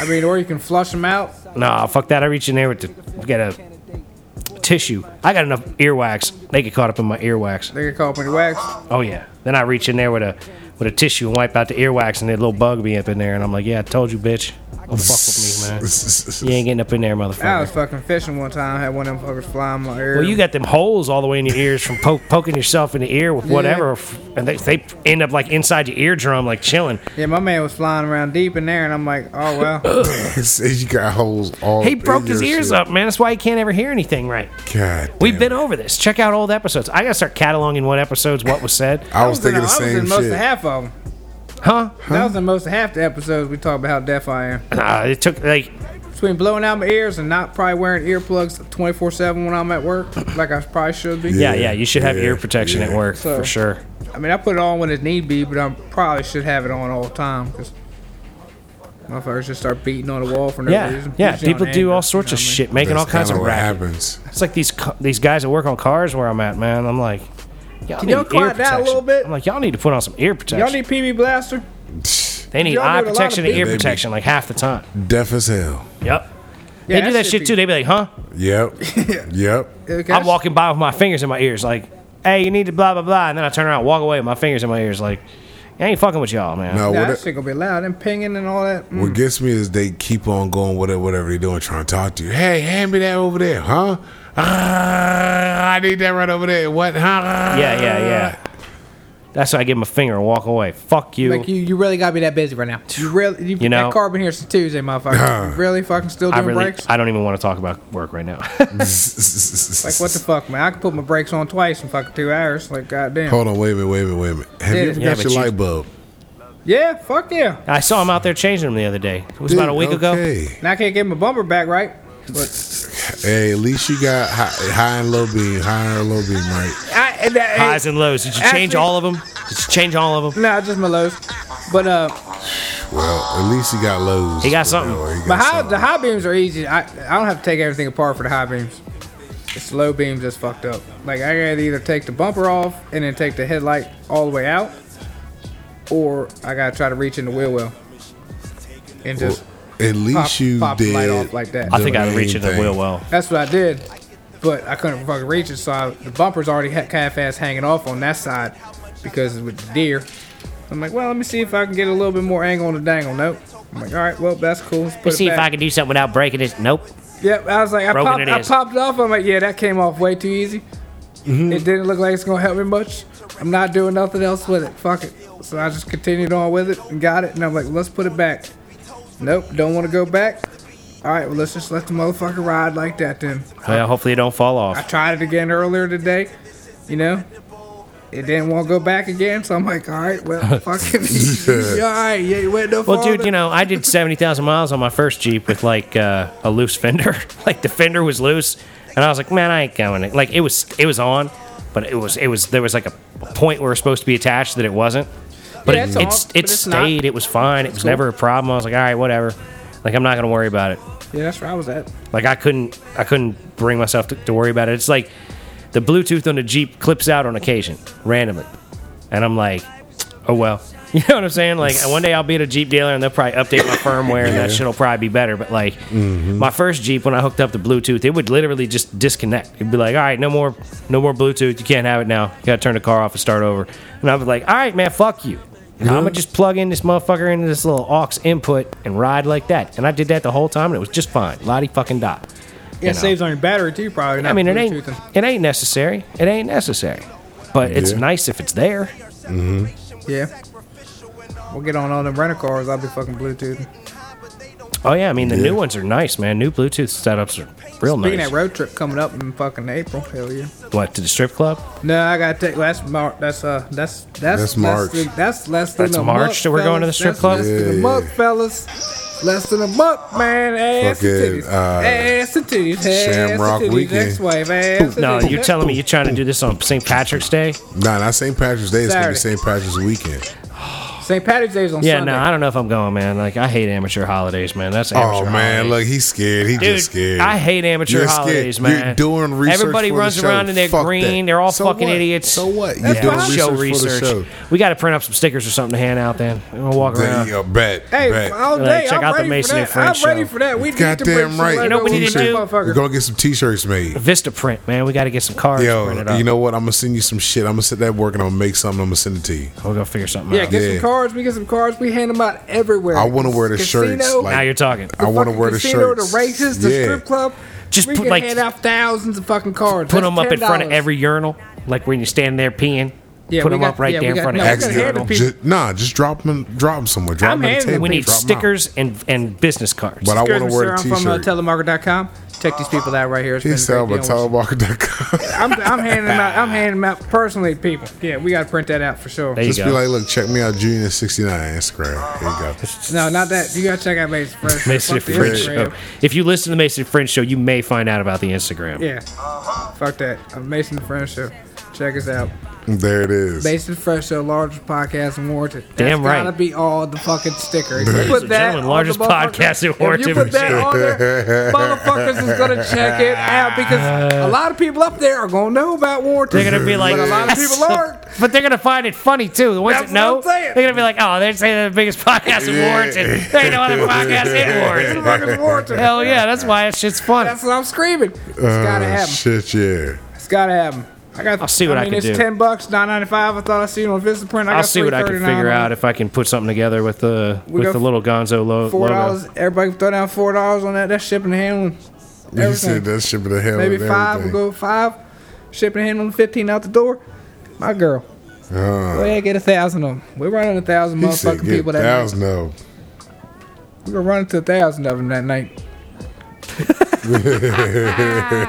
[SPEAKER 3] I mean, or you can flush him out.
[SPEAKER 1] Nah, fuck that. I reach in there with the get a tissue. I got enough earwax. They get caught up in my earwax.
[SPEAKER 3] They get caught up in your wax.
[SPEAKER 1] Oh yeah. Then I reach in there with a with a tissue and wipe out the earwax, and that little bug be up in there. And I'm like, yeah, I told you, bitch. Don't fuck with me, man.
[SPEAKER 2] <laughs>
[SPEAKER 1] You ain't getting up in there,
[SPEAKER 3] I was
[SPEAKER 1] motherfucker.
[SPEAKER 3] fucking fishing one time. I had one of them fuckers fly in my ear.
[SPEAKER 1] Well, you got them holes all the way in your ears from po- poking yourself in the ear with whatever, f- and they, they end up like inside your eardrum, like chilling.
[SPEAKER 3] yeah, my man was flying around deep in there, and I'm like, oh well.
[SPEAKER 2] Says you got holes all.
[SPEAKER 1] He
[SPEAKER 2] in
[SPEAKER 1] broke his
[SPEAKER 2] your
[SPEAKER 1] ears
[SPEAKER 2] shit.
[SPEAKER 1] up, man. That's why he can't ever hear anything right.
[SPEAKER 2] God,
[SPEAKER 1] We've
[SPEAKER 2] damn
[SPEAKER 1] been
[SPEAKER 2] it.
[SPEAKER 1] over this. Check out old episodes. I gotta start cataloging what episodes, what was said,
[SPEAKER 2] <coughs> I was
[SPEAKER 3] in-
[SPEAKER 2] thinking the
[SPEAKER 3] I was in
[SPEAKER 2] same
[SPEAKER 3] most of
[SPEAKER 2] shit.
[SPEAKER 3] half of them.
[SPEAKER 1] huh?
[SPEAKER 3] That was in most of half the episodes we talked about how deaf I am.
[SPEAKER 1] Nah, Uh, it took like
[SPEAKER 3] Between blowing out my ears and not probably wearing earplugs 24 7 when I'm at work, like I probably should be.
[SPEAKER 1] yeah,
[SPEAKER 2] Yeah,
[SPEAKER 1] yeah. You should have
[SPEAKER 2] yeah,
[SPEAKER 1] ear protection at
[SPEAKER 2] yeah.
[SPEAKER 1] work
[SPEAKER 3] So-
[SPEAKER 1] for sure.
[SPEAKER 3] I mean, I put it on when it need be, but I probably should have it on all the time because motherfuckers just start beating on the wall for no
[SPEAKER 1] Yeah,
[SPEAKER 3] reason.
[SPEAKER 1] yeah.
[SPEAKER 3] Usually on
[SPEAKER 1] People do
[SPEAKER 3] anger,
[SPEAKER 1] all sorts
[SPEAKER 3] you
[SPEAKER 1] of
[SPEAKER 3] know what I mean?
[SPEAKER 1] shit, making
[SPEAKER 2] That's
[SPEAKER 1] all kinds
[SPEAKER 2] kinda
[SPEAKER 1] of
[SPEAKER 2] what
[SPEAKER 1] racket.
[SPEAKER 2] happens.
[SPEAKER 1] It's like these ca- these guys that work on cars where I'm at, man. I'm like, y'all
[SPEAKER 3] Can
[SPEAKER 1] need
[SPEAKER 3] y'all
[SPEAKER 1] ear
[SPEAKER 3] quiet down a
[SPEAKER 1] protection.
[SPEAKER 3] little bit?
[SPEAKER 1] I'm like, y'all need to put on some ear protection.
[SPEAKER 3] Y'all need PB Blaster?
[SPEAKER 1] they need
[SPEAKER 3] y'all
[SPEAKER 1] eye
[SPEAKER 3] need a lot of
[SPEAKER 1] protection and
[SPEAKER 3] people.
[SPEAKER 1] ear
[SPEAKER 2] Yeah, they be-
[SPEAKER 1] protection like half the time.
[SPEAKER 2] Deaf as hell.
[SPEAKER 1] Yep.
[SPEAKER 3] Yeah,
[SPEAKER 1] they do that shit
[SPEAKER 3] be-
[SPEAKER 1] too. They be like, huh?
[SPEAKER 2] Yep. yep.
[SPEAKER 3] <laughs> Yeah, that's-
[SPEAKER 1] I'm walking by with my fingers in my ears, like, hey, you need to blah blah blah, and then I turn around, walk away, with my fingers in my ears, like, I ain't fucking with y'all, man.
[SPEAKER 2] No,
[SPEAKER 3] Nah,
[SPEAKER 2] what,
[SPEAKER 3] that shit gonna be loud and pinging and all that. Mm.
[SPEAKER 2] what gets me is they keep on going whatever whatever they're doing, trying to talk to you. Hey, hand me that over there, huh? Ah, I need that right over there. What? Huh?
[SPEAKER 1] Yeah, yeah,
[SPEAKER 2] <laughs>
[SPEAKER 1] yeah. That's why I give him a finger and walk away. Fuck you.
[SPEAKER 3] Like you, you really gotta be that busy right now. You really, you,
[SPEAKER 1] You know-
[SPEAKER 3] that car been here since
[SPEAKER 1] <laughs>
[SPEAKER 3] Tuesday, motherfucker. You really fucking still
[SPEAKER 1] I
[SPEAKER 3] doing
[SPEAKER 1] really,
[SPEAKER 3] brakes?
[SPEAKER 1] I don't even want to talk about work right now. <laughs>
[SPEAKER 3] like what the fuck, man? I can put my brakes on twice in fucking two hours. Like goddamn.
[SPEAKER 2] Hold on, wait a minute, wait a minute, wait a minute. Have
[SPEAKER 3] Yeah,
[SPEAKER 2] you ever
[SPEAKER 1] yeah,
[SPEAKER 2] got
[SPEAKER 1] but
[SPEAKER 2] your
[SPEAKER 1] you-
[SPEAKER 2] light bulb?
[SPEAKER 3] Yeah, fuck yeah.
[SPEAKER 1] I saw him out there changing them the other day. It was about a
[SPEAKER 2] Dude,
[SPEAKER 1] week ago.
[SPEAKER 2] okay.
[SPEAKER 3] Now I can't get my bumper back, right? But
[SPEAKER 2] Hey, at least you got high, high and low beam, high and low beam, right?
[SPEAKER 3] I, and that,
[SPEAKER 1] Highs and lows. Did you change
[SPEAKER 3] Actually-
[SPEAKER 1] all of them? Did you change all of them?
[SPEAKER 3] Nah, just my lows. But uh,
[SPEAKER 2] Well, at least you got lows.
[SPEAKER 1] He got something.
[SPEAKER 2] Well, he got
[SPEAKER 3] but high,
[SPEAKER 2] something.
[SPEAKER 3] the high beams are easy. I I don't have to take everything apart for the high beams. It's the low beams that's fucked up. Like I gotta either take the bumper off and then take the headlight all the way out, or I gotta try to reach in the wheel well and just.
[SPEAKER 2] At least
[SPEAKER 3] pop-
[SPEAKER 2] you
[SPEAKER 3] pop the
[SPEAKER 2] did.
[SPEAKER 3] light off like that.
[SPEAKER 1] I think I reached it
[SPEAKER 2] main
[SPEAKER 1] real
[SPEAKER 2] thing.
[SPEAKER 1] well.
[SPEAKER 3] That's what I did, but I couldn't fucking reach it, so I, the bumper's already ha- half-ass hanging off on that side because it's with the deer. I'm like, well, let me see if I can get a little bit more angle on the dangle. Nope. I'm like, all right, well, that's cool. Let's put
[SPEAKER 4] Let's
[SPEAKER 3] it
[SPEAKER 4] see
[SPEAKER 3] back.
[SPEAKER 4] if I can do something without breaking it. Nope.
[SPEAKER 3] Yep, I was like, I
[SPEAKER 1] Broken
[SPEAKER 3] popped,
[SPEAKER 1] it
[SPEAKER 3] I
[SPEAKER 1] is.
[SPEAKER 3] popped it off. I'm like, yeah, that came off way too easy. It didn't look like it's gonna help me much. I'm not doing nothing else with it. Fuck it. So I just continued on with it and got it. And I'm like, let's put it back. Nope, don't want to go back. All right, well, let's just let the motherfucker ride like that then.
[SPEAKER 1] Well, hopefully it don't fall
[SPEAKER 3] I
[SPEAKER 1] off.
[SPEAKER 3] tried it again earlier today. You know, it didn't want to go back again. So I'm like, all right,
[SPEAKER 1] <laughs>
[SPEAKER 3] well, fucking, all right, <laughs> yeah, you went no
[SPEAKER 1] Well,
[SPEAKER 3] farther.
[SPEAKER 1] dude, you know, I did 70,000 miles on my first Jeep with like uh, a loose fender. <laughs> like the fender was loose. And I was like, man, I ain't going. Like it was, it was on, but it was, it was, there was like a point where it was supposed to be attached that it wasn't. But
[SPEAKER 3] Yeah,
[SPEAKER 1] it, it,
[SPEAKER 3] it's on,
[SPEAKER 1] it
[SPEAKER 3] but it's not.
[SPEAKER 1] stayed. It was fine. It was
[SPEAKER 3] cool.
[SPEAKER 1] never a problem. I was like, all right, whatever. Like I'm not going to worry about it.
[SPEAKER 3] yeah, that's where I was at.
[SPEAKER 1] Like I couldn't, I couldn't bring myself to, to worry about it. It's like the Bluetooth on the Jeep clips out on occasion, randomly, and I'm like, oh well. <laughs> You know what I'm saying? Like one day I'll be at a Jeep dealer and they'll probably update my firmware and that shit'll probably be better. But like my first Jeep when I hooked up the Bluetooth, it would literally just disconnect. It'd be like, all right, no more, no more Bluetooth. You can't have it now. You gotta turn the car off and start over. And I'd be like, all right, man, fuck you. I'm gonna just plug in this motherfucker into this little aux input and ride like that. And I did that the whole time and it was just fine. Lottie fucking dot.
[SPEAKER 3] Yeah,
[SPEAKER 1] You know.
[SPEAKER 3] it saves on your battery too, probably. Not
[SPEAKER 1] I mean, it ain't
[SPEAKER 3] Bluetooth.
[SPEAKER 1] it ain't necessary. It ain't necessary, but it's
[SPEAKER 2] Yeah.
[SPEAKER 1] nice if it's there.
[SPEAKER 3] Yeah. Mm-hmm. We'll get on all them rental cars. I'll be fucking Bluetooth.
[SPEAKER 1] Oh yeah, I mean the
[SPEAKER 2] Yeah.
[SPEAKER 1] new ones are nice, man. New Bluetooth setups are real
[SPEAKER 3] Speaking
[SPEAKER 1] nice.
[SPEAKER 3] that road trip coming up in fucking April, hell yeah.
[SPEAKER 1] what to the strip club?
[SPEAKER 3] No, I gotta take. That's March. That's uh. That's that's
[SPEAKER 2] That's March.
[SPEAKER 3] Less than, that's less than
[SPEAKER 1] That's
[SPEAKER 3] a
[SPEAKER 1] March
[SPEAKER 3] month,
[SPEAKER 1] that we're going to the
[SPEAKER 3] fellas.
[SPEAKER 1] strip
[SPEAKER 3] That's
[SPEAKER 1] club?
[SPEAKER 3] Less than a
[SPEAKER 2] Yeah.
[SPEAKER 3] month, fellas. Less than a month, man. Ass and
[SPEAKER 2] Fucking,
[SPEAKER 3] titties.
[SPEAKER 2] uh,
[SPEAKER 3] ass and titties. Ass
[SPEAKER 2] Shamrock
[SPEAKER 3] and titties.
[SPEAKER 2] weekend.
[SPEAKER 3] Ex-wife. Ass and
[SPEAKER 1] No,
[SPEAKER 3] titties.
[SPEAKER 1] you're telling me you're trying to do this on St. Patrick's Day?
[SPEAKER 2] Nah, not St. Patrick's Day. It's gonna be
[SPEAKER 3] Saturday.
[SPEAKER 2] St. Patrick's weekend.
[SPEAKER 3] St. Patrick's Day is on
[SPEAKER 1] Yeah,
[SPEAKER 3] Sunday.
[SPEAKER 1] no, I don't know if I'm going, man. Like I hate amateur holidays, man. That's amateur
[SPEAKER 2] Oh man,
[SPEAKER 1] holidays.
[SPEAKER 2] look, he's scared. He
[SPEAKER 1] Dude,
[SPEAKER 2] just scared.
[SPEAKER 1] I hate amateur
[SPEAKER 2] You're scared.
[SPEAKER 1] holidays,
[SPEAKER 2] You're
[SPEAKER 1] man.
[SPEAKER 2] doing research
[SPEAKER 1] Everybody
[SPEAKER 2] for the
[SPEAKER 1] runs
[SPEAKER 2] show.
[SPEAKER 1] around and they're
[SPEAKER 2] Fuck
[SPEAKER 1] green.
[SPEAKER 2] that.
[SPEAKER 1] They're all
[SPEAKER 2] So
[SPEAKER 1] fucking
[SPEAKER 2] what?
[SPEAKER 1] idiots.
[SPEAKER 2] So what? You're
[SPEAKER 1] Yeah.
[SPEAKER 2] doing
[SPEAKER 1] show
[SPEAKER 2] research,
[SPEAKER 1] research.
[SPEAKER 2] for the show.
[SPEAKER 1] We got to print up some stickers or something to hand out. Then we're gonna walk
[SPEAKER 2] There
[SPEAKER 1] around.
[SPEAKER 2] you go. Bet.
[SPEAKER 3] Hey,
[SPEAKER 2] bet.
[SPEAKER 3] all
[SPEAKER 1] Like,
[SPEAKER 3] day.
[SPEAKER 1] check
[SPEAKER 3] I'm
[SPEAKER 1] out the
[SPEAKER 3] ready
[SPEAKER 1] Mason
[SPEAKER 3] for
[SPEAKER 1] and
[SPEAKER 3] that.
[SPEAKER 1] Friend
[SPEAKER 3] I'm ready
[SPEAKER 1] show.
[SPEAKER 3] for that. We need to bring
[SPEAKER 2] Goddamn
[SPEAKER 3] some
[SPEAKER 2] right.
[SPEAKER 1] You know what we need to
[SPEAKER 3] leftovers
[SPEAKER 1] do?
[SPEAKER 3] in this
[SPEAKER 2] We're
[SPEAKER 3] motherfucker.
[SPEAKER 2] gonna get some T-shirts made.
[SPEAKER 1] Vista print, man. We got to get some cards
[SPEAKER 2] Yo,
[SPEAKER 1] printed up.
[SPEAKER 2] you know what? I'm gonna send you some shit. I'm gonna sit that work and I'm gonna make something. I'm gonna send it to you.
[SPEAKER 1] we're gonna figure something
[SPEAKER 3] Yeah,
[SPEAKER 1] out.
[SPEAKER 3] get
[SPEAKER 2] Yeah.
[SPEAKER 3] some cards. We get some cards. We hand them out everywhere.
[SPEAKER 2] I wanna wear the
[SPEAKER 3] Casino,
[SPEAKER 2] shirts, like-
[SPEAKER 1] Now you're talking.
[SPEAKER 2] I want to
[SPEAKER 3] fucking
[SPEAKER 2] wear the
[SPEAKER 3] casino,
[SPEAKER 2] shirts.
[SPEAKER 3] The races, the
[SPEAKER 2] yeah.
[SPEAKER 3] strip club.
[SPEAKER 1] Just
[SPEAKER 3] we
[SPEAKER 1] put,
[SPEAKER 3] can
[SPEAKER 1] like,
[SPEAKER 3] hand out thousands of fucking cards.
[SPEAKER 1] Put
[SPEAKER 3] That's
[SPEAKER 1] them up in front of
[SPEAKER 3] $10.
[SPEAKER 1] every urinal, like when you're standing there peeing.
[SPEAKER 3] Yeah,
[SPEAKER 1] put
[SPEAKER 3] we
[SPEAKER 1] them
[SPEAKER 3] got-
[SPEAKER 1] up right
[SPEAKER 3] yeah,
[SPEAKER 1] there
[SPEAKER 3] we
[SPEAKER 1] in front
[SPEAKER 3] got-
[SPEAKER 1] of
[SPEAKER 3] no,
[SPEAKER 1] every
[SPEAKER 3] we gotta hand
[SPEAKER 1] urinal.
[SPEAKER 3] the
[SPEAKER 2] Ju- nah, just drop them. Drop them somewhere. Drop
[SPEAKER 3] I'm
[SPEAKER 2] them.
[SPEAKER 3] handing them.
[SPEAKER 1] We need
[SPEAKER 2] drop 'em out.
[SPEAKER 1] stickers and and business cards.
[SPEAKER 2] But I
[SPEAKER 3] Excuse
[SPEAKER 2] want
[SPEAKER 3] me,
[SPEAKER 2] to wear
[SPEAKER 3] sir,
[SPEAKER 2] a
[SPEAKER 3] I'm from uh,
[SPEAKER 2] T-shirt.
[SPEAKER 3] telemarketer.com. Check these people out right here. It's
[SPEAKER 2] He
[SPEAKER 3] been a
[SPEAKER 2] said
[SPEAKER 3] great
[SPEAKER 2] I'm a
[SPEAKER 3] deal.
[SPEAKER 2] telemarketer.
[SPEAKER 3] I'm, I'm handing them out. I'm handing them out personally, to people. Yeah, we gotta print that out for sure.
[SPEAKER 1] there you
[SPEAKER 2] Just be
[SPEAKER 1] go.
[SPEAKER 2] like, look, check me out, Junior sixty nine Instagram. Here you go.
[SPEAKER 3] No, not that. You gotta check out Mason French.
[SPEAKER 1] Mason
[SPEAKER 3] Fuck the
[SPEAKER 1] French
[SPEAKER 3] Instagram.
[SPEAKER 1] Show. If you listen to the Mason French Show, you may find out about the Instagram.
[SPEAKER 3] Yeah. Fuck that. I'm Mason French Show. Check us out.
[SPEAKER 2] There it is.
[SPEAKER 3] Mason Fresh Show, largest podcast in Warrington. That's
[SPEAKER 1] Damn right.
[SPEAKER 3] gotta be all the fucking sticker. If
[SPEAKER 2] Ladies
[SPEAKER 3] you put
[SPEAKER 1] and
[SPEAKER 3] that
[SPEAKER 1] gentlemen,
[SPEAKER 3] on
[SPEAKER 1] largest
[SPEAKER 3] the motherfucker-
[SPEAKER 1] podcast in
[SPEAKER 3] If
[SPEAKER 1] Warrington,
[SPEAKER 3] you put that on there, motherfuckers is gonna check it out because a lot of people up there are gonna know about Warrington.
[SPEAKER 1] They're gonna be like,
[SPEAKER 3] but a lot of people aren't.
[SPEAKER 1] <laughs> but they're gonna find it funny too. The ones
[SPEAKER 3] That's
[SPEAKER 1] that know,
[SPEAKER 3] what I'm saying.
[SPEAKER 1] they're gonna be like, oh, they're saying they're the biggest podcast in
[SPEAKER 2] Yeah.
[SPEAKER 1] Warrington. There ain't no other podcast in Warrington. <laughs>
[SPEAKER 3] Motherfuckers Warrington.
[SPEAKER 1] Hell yeah, that's why that shit's funny.
[SPEAKER 3] That's what I'm screaming. It's gotta
[SPEAKER 2] Uh,
[SPEAKER 3] happen.
[SPEAKER 2] shit, yeah.
[SPEAKER 3] It's gotta happen. I got.
[SPEAKER 1] I'll see what I
[SPEAKER 3] mean,
[SPEAKER 1] can
[SPEAKER 3] it's
[SPEAKER 1] do.
[SPEAKER 3] ten bucks, nine ninety five. I thought I seen on Vincent Print. I got
[SPEAKER 1] I'll see what I can
[SPEAKER 3] $3.39
[SPEAKER 1] figure
[SPEAKER 3] on
[SPEAKER 1] out if I can put something together with the
[SPEAKER 3] We
[SPEAKER 1] with
[SPEAKER 3] got
[SPEAKER 1] the little Gonzo lo-
[SPEAKER 3] Four
[SPEAKER 1] logo.
[SPEAKER 3] dollars. Everybody can throw down four dollars on that. That's shipping and handling.
[SPEAKER 2] You said
[SPEAKER 3] Everything.
[SPEAKER 2] that shit with the hell.
[SPEAKER 3] Maybe
[SPEAKER 2] and
[SPEAKER 3] five. We'll
[SPEAKER 2] everything.
[SPEAKER 3] go five. Shipping and handling. Fifteen out the door. My girl.
[SPEAKER 2] Uh,
[SPEAKER 3] Go ahead, get a thousand of them. We're running a thousand
[SPEAKER 2] he said,
[SPEAKER 3] motherfucking
[SPEAKER 2] get
[SPEAKER 3] people that
[SPEAKER 2] thousand of 'em.
[SPEAKER 3] night. We're gonna run into a thousand of them that night.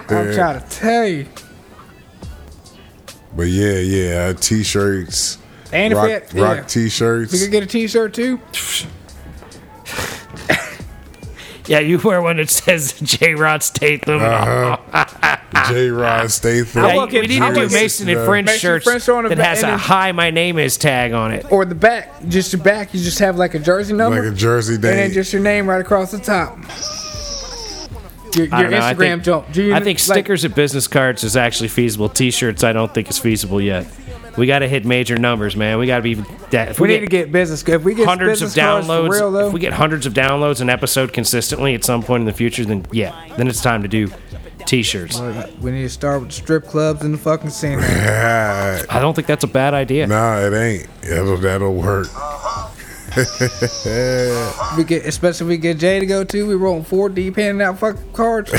[SPEAKER 3] <laughs> I'm trying to tell you.
[SPEAKER 2] But yeah, yeah, uh, t-shirts,
[SPEAKER 3] And
[SPEAKER 2] rock,
[SPEAKER 3] if it,
[SPEAKER 2] rock
[SPEAKER 3] yeah. we
[SPEAKER 2] t-shirts.
[SPEAKER 3] could get a T-shirt too.
[SPEAKER 1] Yeah, you wear one that says <laughs> J Rod Statham.
[SPEAKER 2] Ah. J.
[SPEAKER 3] <laughs>
[SPEAKER 2] Rod Statham.
[SPEAKER 1] Yeah,
[SPEAKER 3] want
[SPEAKER 1] we
[SPEAKER 3] it-
[SPEAKER 1] need
[SPEAKER 3] I
[SPEAKER 1] to do
[SPEAKER 3] want it-
[SPEAKER 1] Mason and
[SPEAKER 2] Yeah.
[SPEAKER 1] French
[SPEAKER 3] Mason
[SPEAKER 1] shirts
[SPEAKER 3] French on the
[SPEAKER 1] that
[SPEAKER 3] back
[SPEAKER 1] has
[SPEAKER 3] and
[SPEAKER 1] a
[SPEAKER 3] then-
[SPEAKER 1] "Hi, my name is" tag on it.
[SPEAKER 3] Or the back, just the back. You just have like a jersey number.
[SPEAKER 2] Like a jersey
[SPEAKER 3] And
[SPEAKER 2] day.
[SPEAKER 3] then
[SPEAKER 2] <laughs>
[SPEAKER 3] just your name right across the top. Your,
[SPEAKER 1] I
[SPEAKER 3] your
[SPEAKER 1] don't know, I
[SPEAKER 3] Instagram
[SPEAKER 1] think-
[SPEAKER 3] jump. Do you
[SPEAKER 1] I think
[SPEAKER 3] like-
[SPEAKER 1] stickers and business cards is actually feasible. T-shirts, I don't think is feasible yet. We got to hit major numbers, man. We got to be that. If
[SPEAKER 3] we need to get business. If we get
[SPEAKER 1] hundreds of
[SPEAKER 3] business cards for
[SPEAKER 1] downloads,
[SPEAKER 3] real though,
[SPEAKER 1] if we get hundreds of downloads an episode consistently at some point in the future, then yeah, then it's time to do T-shirts.
[SPEAKER 3] we need to start with strip clubs and the fucking scene.
[SPEAKER 2] Ah,
[SPEAKER 1] I don't think that's a bad idea.
[SPEAKER 2] nah, it ain't. That'll that'll work.
[SPEAKER 3] we get, especially if we get Jay to go too. We rolling four deep, handing out fucking
[SPEAKER 2] <laughs>
[SPEAKER 3] cards.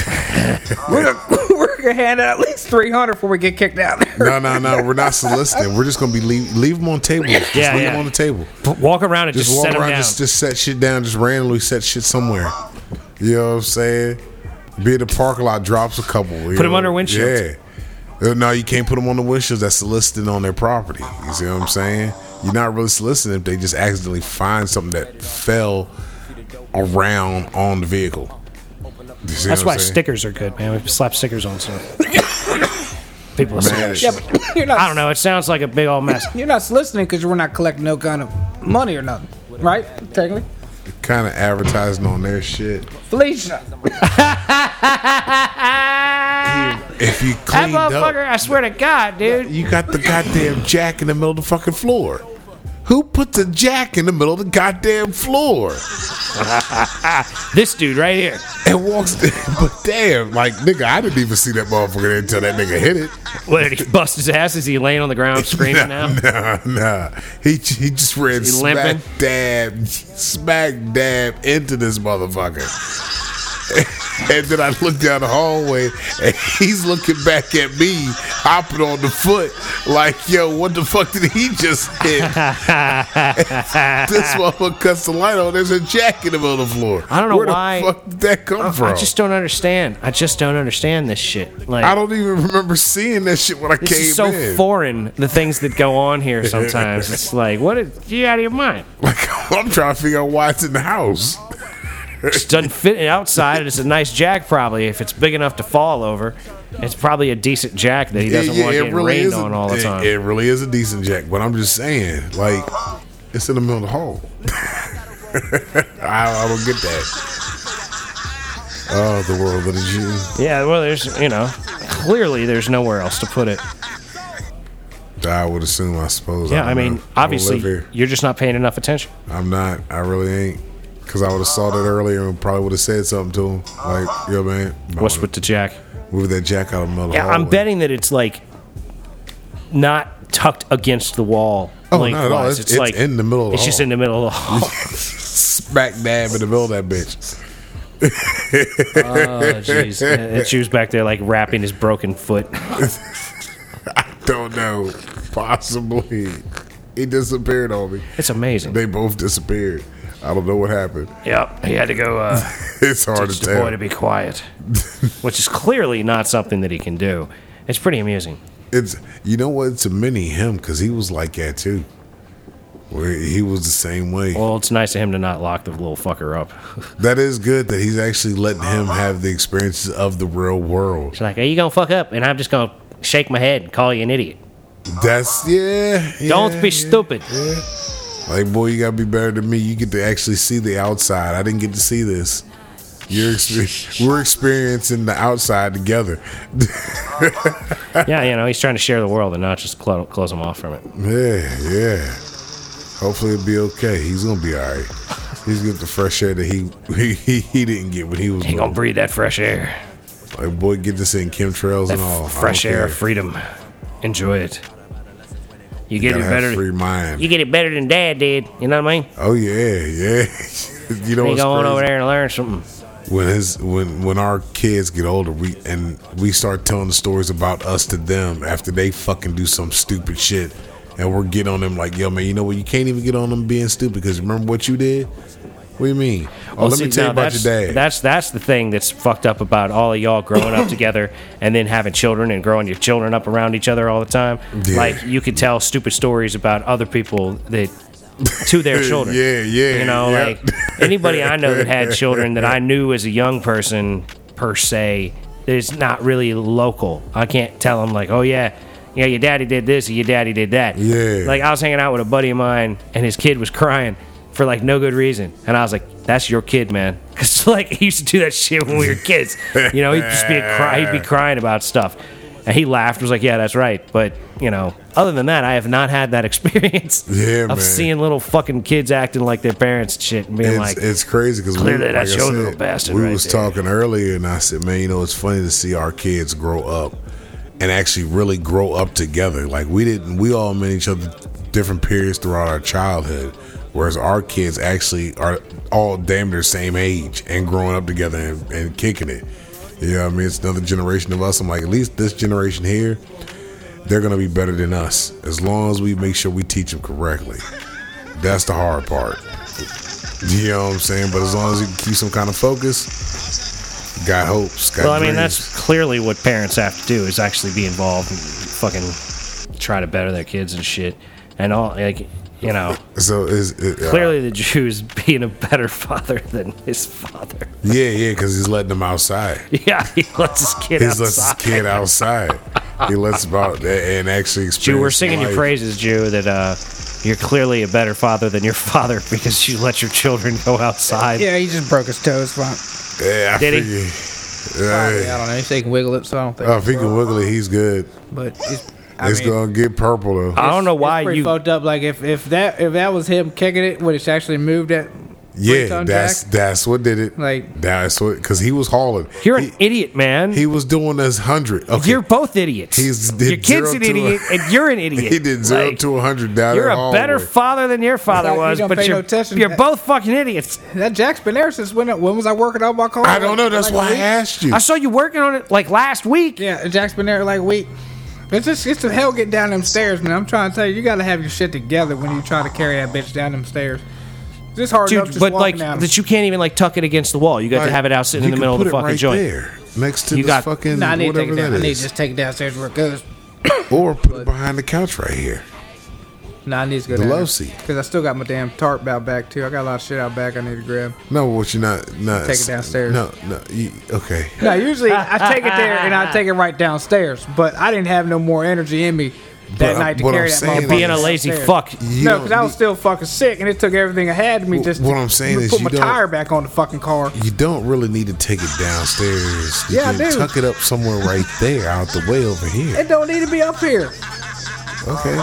[SPEAKER 3] we're, gonna, <laughs> we're gonna hand out at least three hundred before we get kicked out.
[SPEAKER 2] <laughs> No, no, no. We're not soliciting. We're just gonna be leave leave them on tables. Just
[SPEAKER 1] Yeah,
[SPEAKER 2] leave
[SPEAKER 1] yeah.
[SPEAKER 2] them on the table.
[SPEAKER 1] P- Walk around and
[SPEAKER 2] Just
[SPEAKER 1] just,
[SPEAKER 2] walk
[SPEAKER 1] set them
[SPEAKER 2] around.
[SPEAKER 1] down.
[SPEAKER 2] Just just set shit down. Just randomly set shit somewhere. You know what I'm saying? Be at the parking lot. Drops a couple. you
[SPEAKER 1] Put 'em
[SPEAKER 2] know?
[SPEAKER 1] under windshields.
[SPEAKER 2] Yeah. Uh, No, you can't put them on the windshields. That's soliciting on their property. You see what I'm saying? You're not really soliciting if they just accidentally find something that fell around on the vehicle. You see
[SPEAKER 1] that's
[SPEAKER 2] what
[SPEAKER 1] why
[SPEAKER 2] I'm saying?
[SPEAKER 1] stickers are good, man. We slap stickers on
[SPEAKER 2] <coughs>
[SPEAKER 1] stuff. People,
[SPEAKER 2] Man,
[SPEAKER 1] say,
[SPEAKER 2] it's-
[SPEAKER 3] yeah, but you're not.
[SPEAKER 1] I don't know. It sounds like a big old mess.
[SPEAKER 3] You're not soliciting because we're not collecting no kind of money or nothing, right? Technically,
[SPEAKER 2] kind of advertising on their shit.
[SPEAKER 3] Felicia.
[SPEAKER 2] If
[SPEAKER 1] <laughs>
[SPEAKER 2] you
[SPEAKER 1] That
[SPEAKER 2] cleaned
[SPEAKER 1] motherfucker,
[SPEAKER 2] up,
[SPEAKER 1] I swear to God, dude.
[SPEAKER 2] you got the goddamn jack in the middle of the fucking floor. Who put the jack in the middle of the goddamn floor
[SPEAKER 1] This dude right here.
[SPEAKER 2] and walks? <laughs> But damn, like nigga, I didn't even see that motherfucker there until that nigga hit it.
[SPEAKER 1] What did he bust his ass? Is he laying on the ground
[SPEAKER 2] <laughs>
[SPEAKER 1] screaming now?
[SPEAKER 2] Nah, nah. He he just ran
[SPEAKER 1] He
[SPEAKER 2] smack
[SPEAKER 1] limping?
[SPEAKER 2] dab, smack dab into this motherfucker. and then I look down the hallway, and he's looking back at me, hopping on the foot, like, "Yo, what the fuck did he just
[SPEAKER 1] <laughs>
[SPEAKER 2] hit?" this motherfucker cuts the light on. There's a jack in the middle of the floor.
[SPEAKER 1] I don't know
[SPEAKER 2] Where
[SPEAKER 1] why-
[SPEAKER 2] the fuck did that come from?
[SPEAKER 1] I just don't understand. I just don't understand this shit. Like
[SPEAKER 2] I don't even remember seeing that shit when I
[SPEAKER 1] this
[SPEAKER 2] came
[SPEAKER 1] is so
[SPEAKER 2] in.
[SPEAKER 1] foreign. The things that go on here
[SPEAKER 2] <laughs>
[SPEAKER 1] sometimes. it's like, what? Is, you out of your mind?
[SPEAKER 2] Like <laughs> I'm trying to figure out why it's in the house.
[SPEAKER 1] It doesn't fit outside. It's a nice jack, probably. If it's big enough to fall over, it's probably a decent jack that he doesn't want getting rained
[SPEAKER 2] a-
[SPEAKER 1] on all the
[SPEAKER 2] it-
[SPEAKER 1] time.
[SPEAKER 2] It, really is a decent jack, but I'm just saying, like, it's in the middle of the hole. <laughs> I, I don't get that. Oh, the world of the Jew.
[SPEAKER 1] yeah, well, there's you know, clearly there's nowhere else to put it.
[SPEAKER 2] I would assume, I suppose.
[SPEAKER 1] Yeah, I
[SPEAKER 2] don't
[SPEAKER 1] mean,
[SPEAKER 2] know. I don't
[SPEAKER 1] obviously
[SPEAKER 2] live here.
[SPEAKER 1] you're just not paying enough attention.
[SPEAKER 2] I'm not. I really ain't. Because I would have saw that earlier and probably would have said something to him. Like, yo, man,
[SPEAKER 1] What's with the jack?
[SPEAKER 2] move that jack out of the middle of the
[SPEAKER 1] Yeah, I'm
[SPEAKER 2] hallway.
[SPEAKER 1] betting that it's like not tucked against the wall.
[SPEAKER 2] Oh, not
[SPEAKER 1] lengthwise.
[SPEAKER 2] at all. It's- it's in the middle of the
[SPEAKER 1] It's just
[SPEAKER 2] hall.
[SPEAKER 1] in the middle of the
[SPEAKER 2] <laughs>
[SPEAKER 1] hall.
[SPEAKER 2] Smack dab in the middle of that bitch.
[SPEAKER 1] <laughs> Oh, jeez. And she was back there, like, wrapping his broken foot.
[SPEAKER 2] Don't know. Possibly. He disappeared on me.
[SPEAKER 1] It's amazing.
[SPEAKER 2] They both disappeared. I don't know what happened. <laughs>
[SPEAKER 1] Yep. He had to go uh,
[SPEAKER 2] It's hard
[SPEAKER 1] teach
[SPEAKER 2] to
[SPEAKER 1] the boy to be
[SPEAKER 2] tell. <laughs>
[SPEAKER 1] quiet, which is clearly not something that he can do. It's pretty amusing.
[SPEAKER 2] It's you know what? It's a mini him because he was like that too. Where he was the same way.
[SPEAKER 1] Well, it's nice of him to not lock the little fucker up. <laughs>
[SPEAKER 2] That is good that he's actually letting him have the experiences of the real world.
[SPEAKER 1] She's like, are you going to fuck up? And I'm just going to shake my head and call you an idiot.
[SPEAKER 2] That's yeah. yeah,
[SPEAKER 1] Don't be
[SPEAKER 2] yeah.
[SPEAKER 1] stupid. <laughs>
[SPEAKER 2] Like boy, you gotta be better than me. You get to actually see the outside. I didn't get to see this. You're exper- we're experiencing the outside together. <laughs>
[SPEAKER 1] Yeah, you know, he's trying to share the world and not just clo- close him off from it.
[SPEAKER 2] Yeah, yeah. Hopefully it'll be okay. He's gonna be all right. He's gonna get the fresh air that he he, he, he didn't get when he was
[SPEAKER 1] He going
[SPEAKER 2] little.
[SPEAKER 1] to breathe that fresh air.
[SPEAKER 2] like boy, get this in chemtrails
[SPEAKER 1] That
[SPEAKER 2] and all. I don't
[SPEAKER 1] fresh air
[SPEAKER 2] care.
[SPEAKER 1] of freedom. Enjoy it. You get
[SPEAKER 2] Gotta
[SPEAKER 1] it
[SPEAKER 2] have
[SPEAKER 1] better.
[SPEAKER 2] free mind.
[SPEAKER 4] You get it better than dad did. You know what I mean?
[SPEAKER 2] oh yeah, yeah. <laughs> you know
[SPEAKER 1] You
[SPEAKER 2] what's
[SPEAKER 1] go on
[SPEAKER 2] crazy?
[SPEAKER 1] over there and learn something.
[SPEAKER 2] when his when when our kids get older we and we start telling the stories about us to them after they fucking do some stupid shit and we're getting on them like yo man you know what you can't even get on them being stupid because remember what you did what do you mean oh let me
[SPEAKER 1] see,
[SPEAKER 2] tell you
[SPEAKER 1] now
[SPEAKER 2] about
[SPEAKER 1] that's-
[SPEAKER 2] your dad
[SPEAKER 1] That's that's the thing that's fucked up about all of y'all growing
[SPEAKER 2] <coughs>
[SPEAKER 1] up together and then having children and growing your children up around each other all the time.
[SPEAKER 2] Yeah.
[SPEAKER 1] Like you could tell stupid stories about other people that to their children.
[SPEAKER 2] <laughs> yeah yeah
[SPEAKER 1] You know,
[SPEAKER 2] yeah.
[SPEAKER 1] like anybody I know that had children that I knew as a young person per se is not really local. I can't tell them like, oh yeah, yeah, your daddy did this or your daddy did that.
[SPEAKER 2] Yeah.
[SPEAKER 1] Like I was hanging out with a buddy of mine and his kid was crying for like no good reason, and I was like, that's your kid, man. <laughs> Cause like he used to do that shit when we were kids. You know, he'd just be a cry, he'd be crying about stuff. And he laughed, was like, "Yeah, that's right." But you know, other than that, I have not had that <laughs> experience
[SPEAKER 2] Yeah,
[SPEAKER 1] of
[SPEAKER 2] man.
[SPEAKER 1] seeing little fucking kids acting like their parents and shit and being
[SPEAKER 2] it's,
[SPEAKER 1] like,
[SPEAKER 2] it's crazy because
[SPEAKER 1] clearly that's your little bastard
[SPEAKER 2] We
[SPEAKER 1] right
[SPEAKER 2] was
[SPEAKER 1] there.
[SPEAKER 2] talking earlier, and I said, man, you know, it's funny to see our kids grow up and actually really grow up together. Like we didn't, we all met each other different periods throughout our childhood, whereas our kids actually are all damn near same age and growing up together and, and kicking it. You know what I mean? It's another generation of us. I'm like, at least this generation here, they're gonna be better than us as long as we make sure we teach them correctly. That's the hard part. You know what I'm saying? But as long as you keep some kind of focus, got hopes. Got
[SPEAKER 1] well, I mean,
[SPEAKER 2] dreams.
[SPEAKER 1] that's clearly what parents have to do is actually be involved and fucking try to better their kids and shit and all like. You know,
[SPEAKER 2] so. Is it, uh,
[SPEAKER 1] clearly the Jew is being a better father than his father. <laughs>
[SPEAKER 2] yeah, yeah, because he's letting them outside.
[SPEAKER 1] Yeah, he lets his kid
[SPEAKER 2] He
[SPEAKER 1] outside.
[SPEAKER 2] lets his kid outside. he lets him out a- and actually experience.
[SPEAKER 1] Jew, we're singing your
[SPEAKER 2] life.
[SPEAKER 1] praises, Jew, that uh, you're clearly a better father than your <laughs> father because you let your children go outside.
[SPEAKER 3] Yeah, he just broke his toes. Fine.
[SPEAKER 2] Yeah, I
[SPEAKER 1] Did he?
[SPEAKER 2] figure-
[SPEAKER 3] Probably, I
[SPEAKER 2] Yeah.
[SPEAKER 3] don't know. He said he can wiggle it, so I don't think.
[SPEAKER 2] Oh, if he can wiggle it, he's good.
[SPEAKER 3] But it's, I
[SPEAKER 2] It's
[SPEAKER 3] mean, uh,
[SPEAKER 2] gonna get purple though.
[SPEAKER 1] I don't know
[SPEAKER 3] it's
[SPEAKER 1] why
[SPEAKER 3] pretty
[SPEAKER 1] you
[SPEAKER 3] fucked up. Like if, if that if that was him kicking it, would it actually moved at?
[SPEAKER 2] yeah,
[SPEAKER 3] Three-ton
[SPEAKER 2] that's
[SPEAKER 3] jack?
[SPEAKER 2] that's what did it.
[SPEAKER 3] Like-
[SPEAKER 2] that's what because he was hauling.
[SPEAKER 1] You're an
[SPEAKER 2] he,
[SPEAKER 1] idiot, man.
[SPEAKER 2] he was doing this hundred. Okay,
[SPEAKER 1] you're both idiots.
[SPEAKER 2] He's- did
[SPEAKER 1] your kid's
[SPEAKER 2] zero
[SPEAKER 1] an
[SPEAKER 2] to a-
[SPEAKER 1] idiot, and you're an idiot.
[SPEAKER 2] <laughs> he did zero
[SPEAKER 1] Like,
[SPEAKER 2] to a hundred down
[SPEAKER 1] You're
[SPEAKER 2] that
[SPEAKER 1] a
[SPEAKER 2] hallway.
[SPEAKER 1] better father than your father
[SPEAKER 3] Like, you
[SPEAKER 1] was,
[SPEAKER 3] don't
[SPEAKER 1] but
[SPEAKER 3] pay no
[SPEAKER 1] you're,
[SPEAKER 3] attention.
[SPEAKER 1] you're both fucking idiots.
[SPEAKER 3] That jack's been there since when? When was I working on my car?
[SPEAKER 2] I don't know.
[SPEAKER 3] Like-
[SPEAKER 2] That's
[SPEAKER 3] like a
[SPEAKER 2] why I
[SPEAKER 3] week?
[SPEAKER 2] asked you.
[SPEAKER 1] I saw you working on it like last week.
[SPEAKER 3] Yeah, Jack's been there like a week. It's just it's the hell getting down them stairs, man. I'm trying to tell you, you gotta have your shit together when you try to carry that bitch down them stairs. It's just hard enough
[SPEAKER 1] Dude,
[SPEAKER 3] just
[SPEAKER 1] but like
[SPEAKER 3] walking down.
[SPEAKER 1] that you can't even like tuck it against the wall. You got to
[SPEAKER 2] Like,
[SPEAKER 1] have it out sitting
[SPEAKER 2] you
[SPEAKER 1] in the
[SPEAKER 2] can
[SPEAKER 1] middle of
[SPEAKER 2] put
[SPEAKER 1] the
[SPEAKER 2] it
[SPEAKER 1] fucking
[SPEAKER 2] right
[SPEAKER 1] joint.
[SPEAKER 2] there, next to
[SPEAKER 1] You
[SPEAKER 2] this
[SPEAKER 1] got-
[SPEAKER 2] fucking
[SPEAKER 3] nah, I need to take
[SPEAKER 2] whatever
[SPEAKER 3] it down. I
[SPEAKER 2] that
[SPEAKER 3] need to
[SPEAKER 2] is,
[SPEAKER 3] just take it downstairs where it goes.
[SPEAKER 2] or put it behind the couch right here.
[SPEAKER 3] Nah, I need to go
[SPEAKER 2] The
[SPEAKER 3] down.
[SPEAKER 2] love seat.
[SPEAKER 3] Because I still got my damn tarp out back too. I got a lot of shit out back I need
[SPEAKER 1] <laughs>
[SPEAKER 3] to grab.
[SPEAKER 2] No, what you're not. No,
[SPEAKER 3] Take it
[SPEAKER 2] it's-
[SPEAKER 3] downstairs.
[SPEAKER 2] No, no. You, okay.
[SPEAKER 3] No, usually I take it there and I take it right downstairs. But I didn't have no more energy in me
[SPEAKER 2] But
[SPEAKER 3] that
[SPEAKER 2] I'm-
[SPEAKER 3] night to
[SPEAKER 2] what
[SPEAKER 3] carry
[SPEAKER 2] I'm
[SPEAKER 3] that
[SPEAKER 2] saying
[SPEAKER 3] motherfucker
[SPEAKER 2] is-
[SPEAKER 1] Being a lazy
[SPEAKER 3] downstairs.
[SPEAKER 1] fuck.
[SPEAKER 2] You
[SPEAKER 3] no,
[SPEAKER 2] don't
[SPEAKER 3] because I was
[SPEAKER 2] need-
[SPEAKER 3] still fucking sick, and it took everything I had to me
[SPEAKER 2] Wh-
[SPEAKER 3] just
[SPEAKER 2] what
[SPEAKER 3] to
[SPEAKER 2] I'm saying
[SPEAKER 3] put
[SPEAKER 2] is you
[SPEAKER 3] my
[SPEAKER 2] don't-
[SPEAKER 3] tire back on the fucking car.
[SPEAKER 2] You don't really need to take it downstairs. You
[SPEAKER 3] Yeah, I
[SPEAKER 2] can
[SPEAKER 3] do.
[SPEAKER 2] tuck it up somewhere right there, out the way over here.
[SPEAKER 3] It don't need to be up here.
[SPEAKER 2] Okay.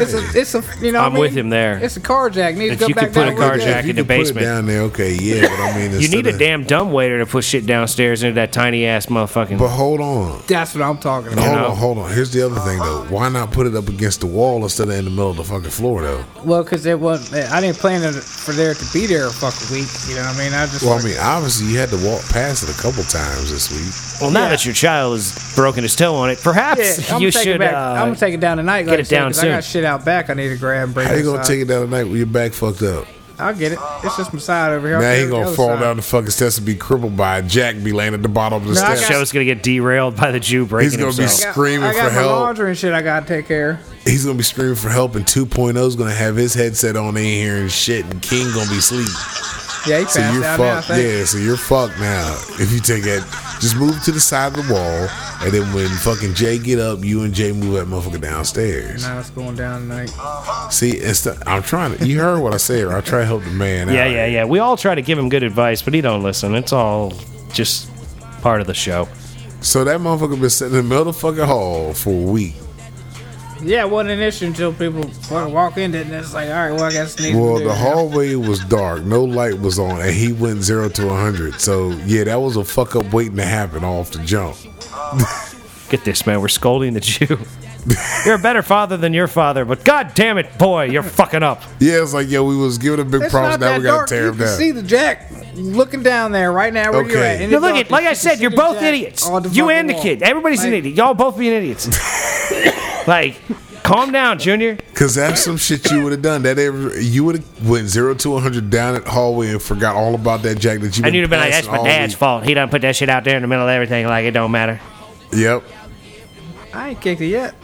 [SPEAKER 3] It's a, it's a, you know. what
[SPEAKER 1] I'm
[SPEAKER 3] I mean?
[SPEAKER 1] with him there.
[SPEAKER 3] It's a car jack. Need to
[SPEAKER 1] If
[SPEAKER 3] go
[SPEAKER 1] you
[SPEAKER 3] back
[SPEAKER 1] could put
[SPEAKER 3] down
[SPEAKER 1] a
[SPEAKER 3] with
[SPEAKER 1] car
[SPEAKER 3] it.
[SPEAKER 2] Yeah,
[SPEAKER 1] jack
[SPEAKER 2] if you
[SPEAKER 1] in the
[SPEAKER 2] could put it
[SPEAKER 1] basement.
[SPEAKER 2] down there, okay, yeah. But I
[SPEAKER 1] <laughs>
[SPEAKER 2] mean,
[SPEAKER 1] You
[SPEAKER 2] instead
[SPEAKER 1] need a
[SPEAKER 2] of-
[SPEAKER 1] damn dumb waiter to put shit downstairs into that tiny ass motherfucking.
[SPEAKER 2] But hold on.
[SPEAKER 3] That's what I'm talking about.
[SPEAKER 2] Hold
[SPEAKER 1] know?
[SPEAKER 2] on, hold on. Here's the other thing though. Why not put it up against the wall instead of in the middle of the fucking floor though?
[SPEAKER 3] Well, because it wasn't. I didn't plan it for there to be there a fucking week. You know what I mean? I just.
[SPEAKER 2] Well, I mean, obviously you had to walk past it a couple times this week.
[SPEAKER 1] well, now
[SPEAKER 3] yeah.
[SPEAKER 1] that your child has broken his toe on it, <laughs> perhaps
[SPEAKER 3] yeah, I'm
[SPEAKER 1] you
[SPEAKER 3] gonna take
[SPEAKER 1] should.
[SPEAKER 3] It back.
[SPEAKER 1] uh,
[SPEAKER 3] I'm gonna take it down tonight.
[SPEAKER 1] get it
[SPEAKER 3] like I said,
[SPEAKER 1] down
[SPEAKER 3] 'cause I got
[SPEAKER 1] soon.
[SPEAKER 3] shit out back. I need to grab and bring.
[SPEAKER 2] How you gonna
[SPEAKER 3] inside.
[SPEAKER 2] take it down tonight with your back fucked up?
[SPEAKER 3] I'll get it. It's just my side over here.
[SPEAKER 2] Now
[SPEAKER 3] I'll
[SPEAKER 2] he
[SPEAKER 3] get the
[SPEAKER 2] gonna
[SPEAKER 3] other
[SPEAKER 2] fall
[SPEAKER 3] side.
[SPEAKER 2] down the fucking steps and be crippled by a jack, be laying at the bottom of the
[SPEAKER 3] No, I
[SPEAKER 2] steps.
[SPEAKER 3] got-
[SPEAKER 1] show's gonna get derailed by the Jew breaking
[SPEAKER 2] gonna be
[SPEAKER 1] himself.
[SPEAKER 2] s- screaming
[SPEAKER 3] I got, I
[SPEAKER 2] for
[SPEAKER 3] got my
[SPEAKER 2] help.
[SPEAKER 3] laundry and shit. I gotta take care.
[SPEAKER 2] He's gonna be screaming for help, and 2.0 is gonna have his headset on in here and shit, and King gonna be asleep.
[SPEAKER 3] Yeah, he
[SPEAKER 2] So
[SPEAKER 3] passed
[SPEAKER 2] you're
[SPEAKER 3] out now. I
[SPEAKER 2] fucked.
[SPEAKER 3] think.
[SPEAKER 2] Yeah, so you're fucked now. If you take it, just move to the side of the wall, and then when fucking Jay get up, you and Jay move that motherfucker downstairs.
[SPEAKER 3] Now it's going down tonight.
[SPEAKER 2] See, it's the, I'm trying to. You heard what I said. right? I try to help the man.
[SPEAKER 1] Yeah,
[SPEAKER 2] out.
[SPEAKER 1] yeah, yeah. We all try to give him good advice, but he don't listen. It's all just part of the show.
[SPEAKER 2] So that motherfucker been sitting in the middle of the fucking hall for a week.
[SPEAKER 3] Yeah, it wasn't an issue until people fucking walk in it, and it's like, all right, well, I guess I need to
[SPEAKER 2] Well,
[SPEAKER 3] do
[SPEAKER 2] the
[SPEAKER 3] now.
[SPEAKER 2] hallway was dark, no light was on, and he went zero to 100. So, yeah, that was a fuck up waiting to happen off the jump.
[SPEAKER 1] Get this, man. We're scolding the <laughs> Jew. you're a better father than your father, but god damn it, boy, you're fucking up.
[SPEAKER 2] Yeah, it's like, yo, we was giving a big
[SPEAKER 3] It's
[SPEAKER 2] promise,
[SPEAKER 3] not
[SPEAKER 2] now
[SPEAKER 3] that
[SPEAKER 2] we gotta
[SPEAKER 3] dark.
[SPEAKER 2] tear
[SPEAKER 3] You
[SPEAKER 2] him
[SPEAKER 3] can
[SPEAKER 2] down.
[SPEAKER 3] see the jack looking down there right now where you're
[SPEAKER 2] Okay.
[SPEAKER 3] at. And
[SPEAKER 1] Now
[SPEAKER 3] it's
[SPEAKER 1] look
[SPEAKER 3] dark.
[SPEAKER 1] at, like
[SPEAKER 3] You
[SPEAKER 1] I
[SPEAKER 3] can
[SPEAKER 1] said,
[SPEAKER 3] see
[SPEAKER 1] you're
[SPEAKER 3] the
[SPEAKER 1] both
[SPEAKER 3] jack
[SPEAKER 1] idiots.
[SPEAKER 3] on the
[SPEAKER 1] You
[SPEAKER 3] fucking
[SPEAKER 1] and the
[SPEAKER 3] wall.
[SPEAKER 1] kid. Everybody's an
[SPEAKER 3] Like,
[SPEAKER 1] idiot. Y'all both be an
[SPEAKER 3] <laughs>
[SPEAKER 1] idiots. like, calm down, Junior.
[SPEAKER 2] Cause that's some shit you would have done. That ever, you would have went zero to 100 down at hallway and forgot all about that jack that you.
[SPEAKER 1] And you'd have been like, that's my dad's fault. He done put that shit out there in the middle of everything like it don't matter.
[SPEAKER 2] Yep,
[SPEAKER 3] I ain't kicked it yet.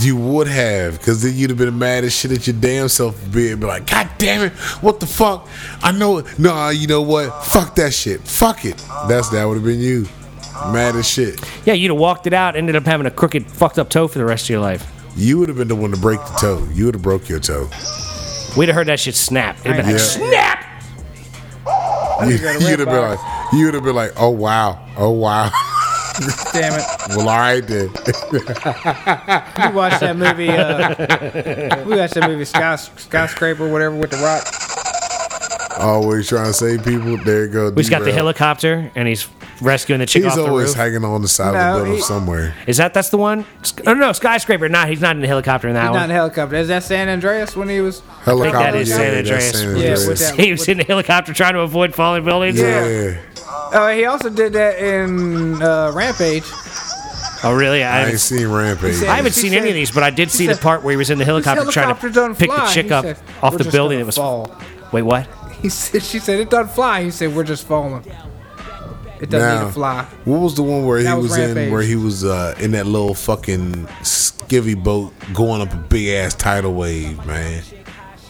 [SPEAKER 2] you would have. Cause then you'd have been mad as shit at your damn self for being be like, God damn it, what the fuck? I know it. Nah, you know what? Fuck that shit. Fuck it. That's that would have been you, mad as shit.
[SPEAKER 1] Yeah, you'd have walked it out, ended up having a crooked, fucked up toe for the rest of your life.
[SPEAKER 2] You would have been the one to break the toe. You would have broke your toe.
[SPEAKER 1] We'd have heard that shit snap. It'd been
[SPEAKER 3] Yeah.
[SPEAKER 1] like, snap!
[SPEAKER 2] <laughs> You'd
[SPEAKER 3] got a
[SPEAKER 2] have
[SPEAKER 3] red
[SPEAKER 2] been like,
[SPEAKER 3] box.
[SPEAKER 2] you would have been like, oh wow, oh wow. <laughs>
[SPEAKER 3] Damn it.
[SPEAKER 2] well, all right then. <laughs>
[SPEAKER 3] We watched that
[SPEAKER 1] <laughs>
[SPEAKER 3] movie. Uh, we watched that movie Sky, Skyscraper, whatever, with the rock.
[SPEAKER 2] always trying to save people. There you go.
[SPEAKER 1] We just got the
[SPEAKER 2] derail.
[SPEAKER 1] helicopter, and he's rescuing the chick
[SPEAKER 2] He's
[SPEAKER 1] off the
[SPEAKER 2] always
[SPEAKER 1] roof.
[SPEAKER 2] hanging on the side
[SPEAKER 3] No,
[SPEAKER 2] of the building
[SPEAKER 3] he-
[SPEAKER 2] somewhere.
[SPEAKER 1] Is that that's the one? Sk- Oh no, skyscraper. Not he's not in the helicopter in that
[SPEAKER 3] Not
[SPEAKER 1] one.
[SPEAKER 3] in a helicopter. Is that San Andreas when he was?
[SPEAKER 2] Helicopter.
[SPEAKER 1] that is
[SPEAKER 2] yeah,
[SPEAKER 1] San
[SPEAKER 2] that's
[SPEAKER 1] Andreas.
[SPEAKER 2] San
[SPEAKER 1] Yeah,
[SPEAKER 2] Andreas.
[SPEAKER 3] with
[SPEAKER 1] <laughs>
[SPEAKER 3] that-
[SPEAKER 1] he was in the helicopter trying to avoid falling buildings.
[SPEAKER 2] Yeah.
[SPEAKER 3] Uh, he also did that in uh, Rampage.
[SPEAKER 1] Oh really? I,
[SPEAKER 2] I ain't
[SPEAKER 1] haven't-
[SPEAKER 2] seen Rampage.
[SPEAKER 3] said-
[SPEAKER 1] I haven't
[SPEAKER 3] He
[SPEAKER 1] seen any
[SPEAKER 3] said-
[SPEAKER 1] of these, but I did see
[SPEAKER 3] said,
[SPEAKER 1] the part where he was in the helicopter trying
[SPEAKER 3] helicopter
[SPEAKER 1] to
[SPEAKER 3] doesn't
[SPEAKER 1] pick the
[SPEAKER 3] fly."
[SPEAKER 1] chick
[SPEAKER 3] He
[SPEAKER 1] up
[SPEAKER 3] said,
[SPEAKER 1] off
[SPEAKER 3] "We're
[SPEAKER 1] the
[SPEAKER 3] just
[SPEAKER 1] building.
[SPEAKER 3] gonna
[SPEAKER 1] It was
[SPEAKER 3] fall. <laughs>
[SPEAKER 1] wait what? <laughs>
[SPEAKER 3] He said, she said it doesn't fly. He said we're just falling. It doesn't
[SPEAKER 2] Now,
[SPEAKER 3] need to fly.
[SPEAKER 2] what was the one where he
[SPEAKER 3] That
[SPEAKER 2] was,
[SPEAKER 3] was
[SPEAKER 2] in
[SPEAKER 3] Rampage.
[SPEAKER 2] where he was uh, in that little fucking skivvy boat going up a big ass tidal wave, man?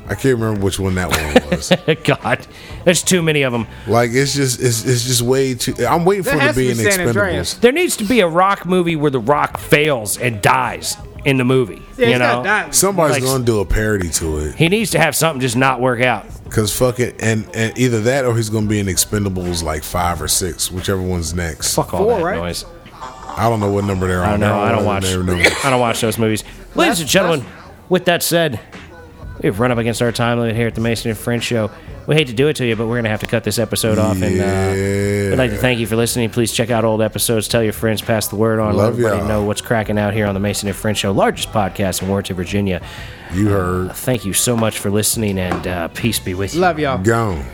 [SPEAKER 2] I can't remember which one that one
[SPEAKER 3] <laughs>
[SPEAKER 2] was.
[SPEAKER 1] God, there's too many of them.
[SPEAKER 2] like it's just it's, it's just way too. I'm waiting
[SPEAKER 3] That
[SPEAKER 2] for it to
[SPEAKER 3] has to
[SPEAKER 2] be
[SPEAKER 3] be
[SPEAKER 2] in
[SPEAKER 3] San Andreas.
[SPEAKER 2] Expendables.
[SPEAKER 1] There needs to be a Rock movie where the Rock fails and dies in the movie.
[SPEAKER 3] Yeah,
[SPEAKER 1] you
[SPEAKER 3] he's
[SPEAKER 1] know,
[SPEAKER 3] not dying.
[SPEAKER 2] Somebody's
[SPEAKER 1] Like-
[SPEAKER 2] gonna do a parody to it.
[SPEAKER 1] he needs to have something just not work out.
[SPEAKER 2] Cause fuck it, and, and either that or he's gonna be in Expendables like five or six, whichever one's next.
[SPEAKER 1] Fuck all
[SPEAKER 3] Four,
[SPEAKER 1] that
[SPEAKER 3] right?
[SPEAKER 1] noise.
[SPEAKER 2] I don't know what number they're on.
[SPEAKER 1] I don't know. I don't watch. I don't watch those movies. Ladies and
[SPEAKER 3] that's-
[SPEAKER 1] gentlemen, with that said, we've run up against our time limit here at the Mason and Friend Show. We hate to do it to you, but we're gonna have to cut this episode off. And uh, we'd like to thank you for listening. Please check out old episodes. Tell your friends. Pass the word on.
[SPEAKER 2] Love
[SPEAKER 1] Let everybody
[SPEAKER 2] y'all.
[SPEAKER 1] know what's cracking out here on the Mason and Friend Show, largest podcast in Warrenton, Virginia.
[SPEAKER 2] You heard.
[SPEAKER 1] Thank you so much for listening, and uh, peace be with you.
[SPEAKER 3] Love y'all.
[SPEAKER 2] Gone.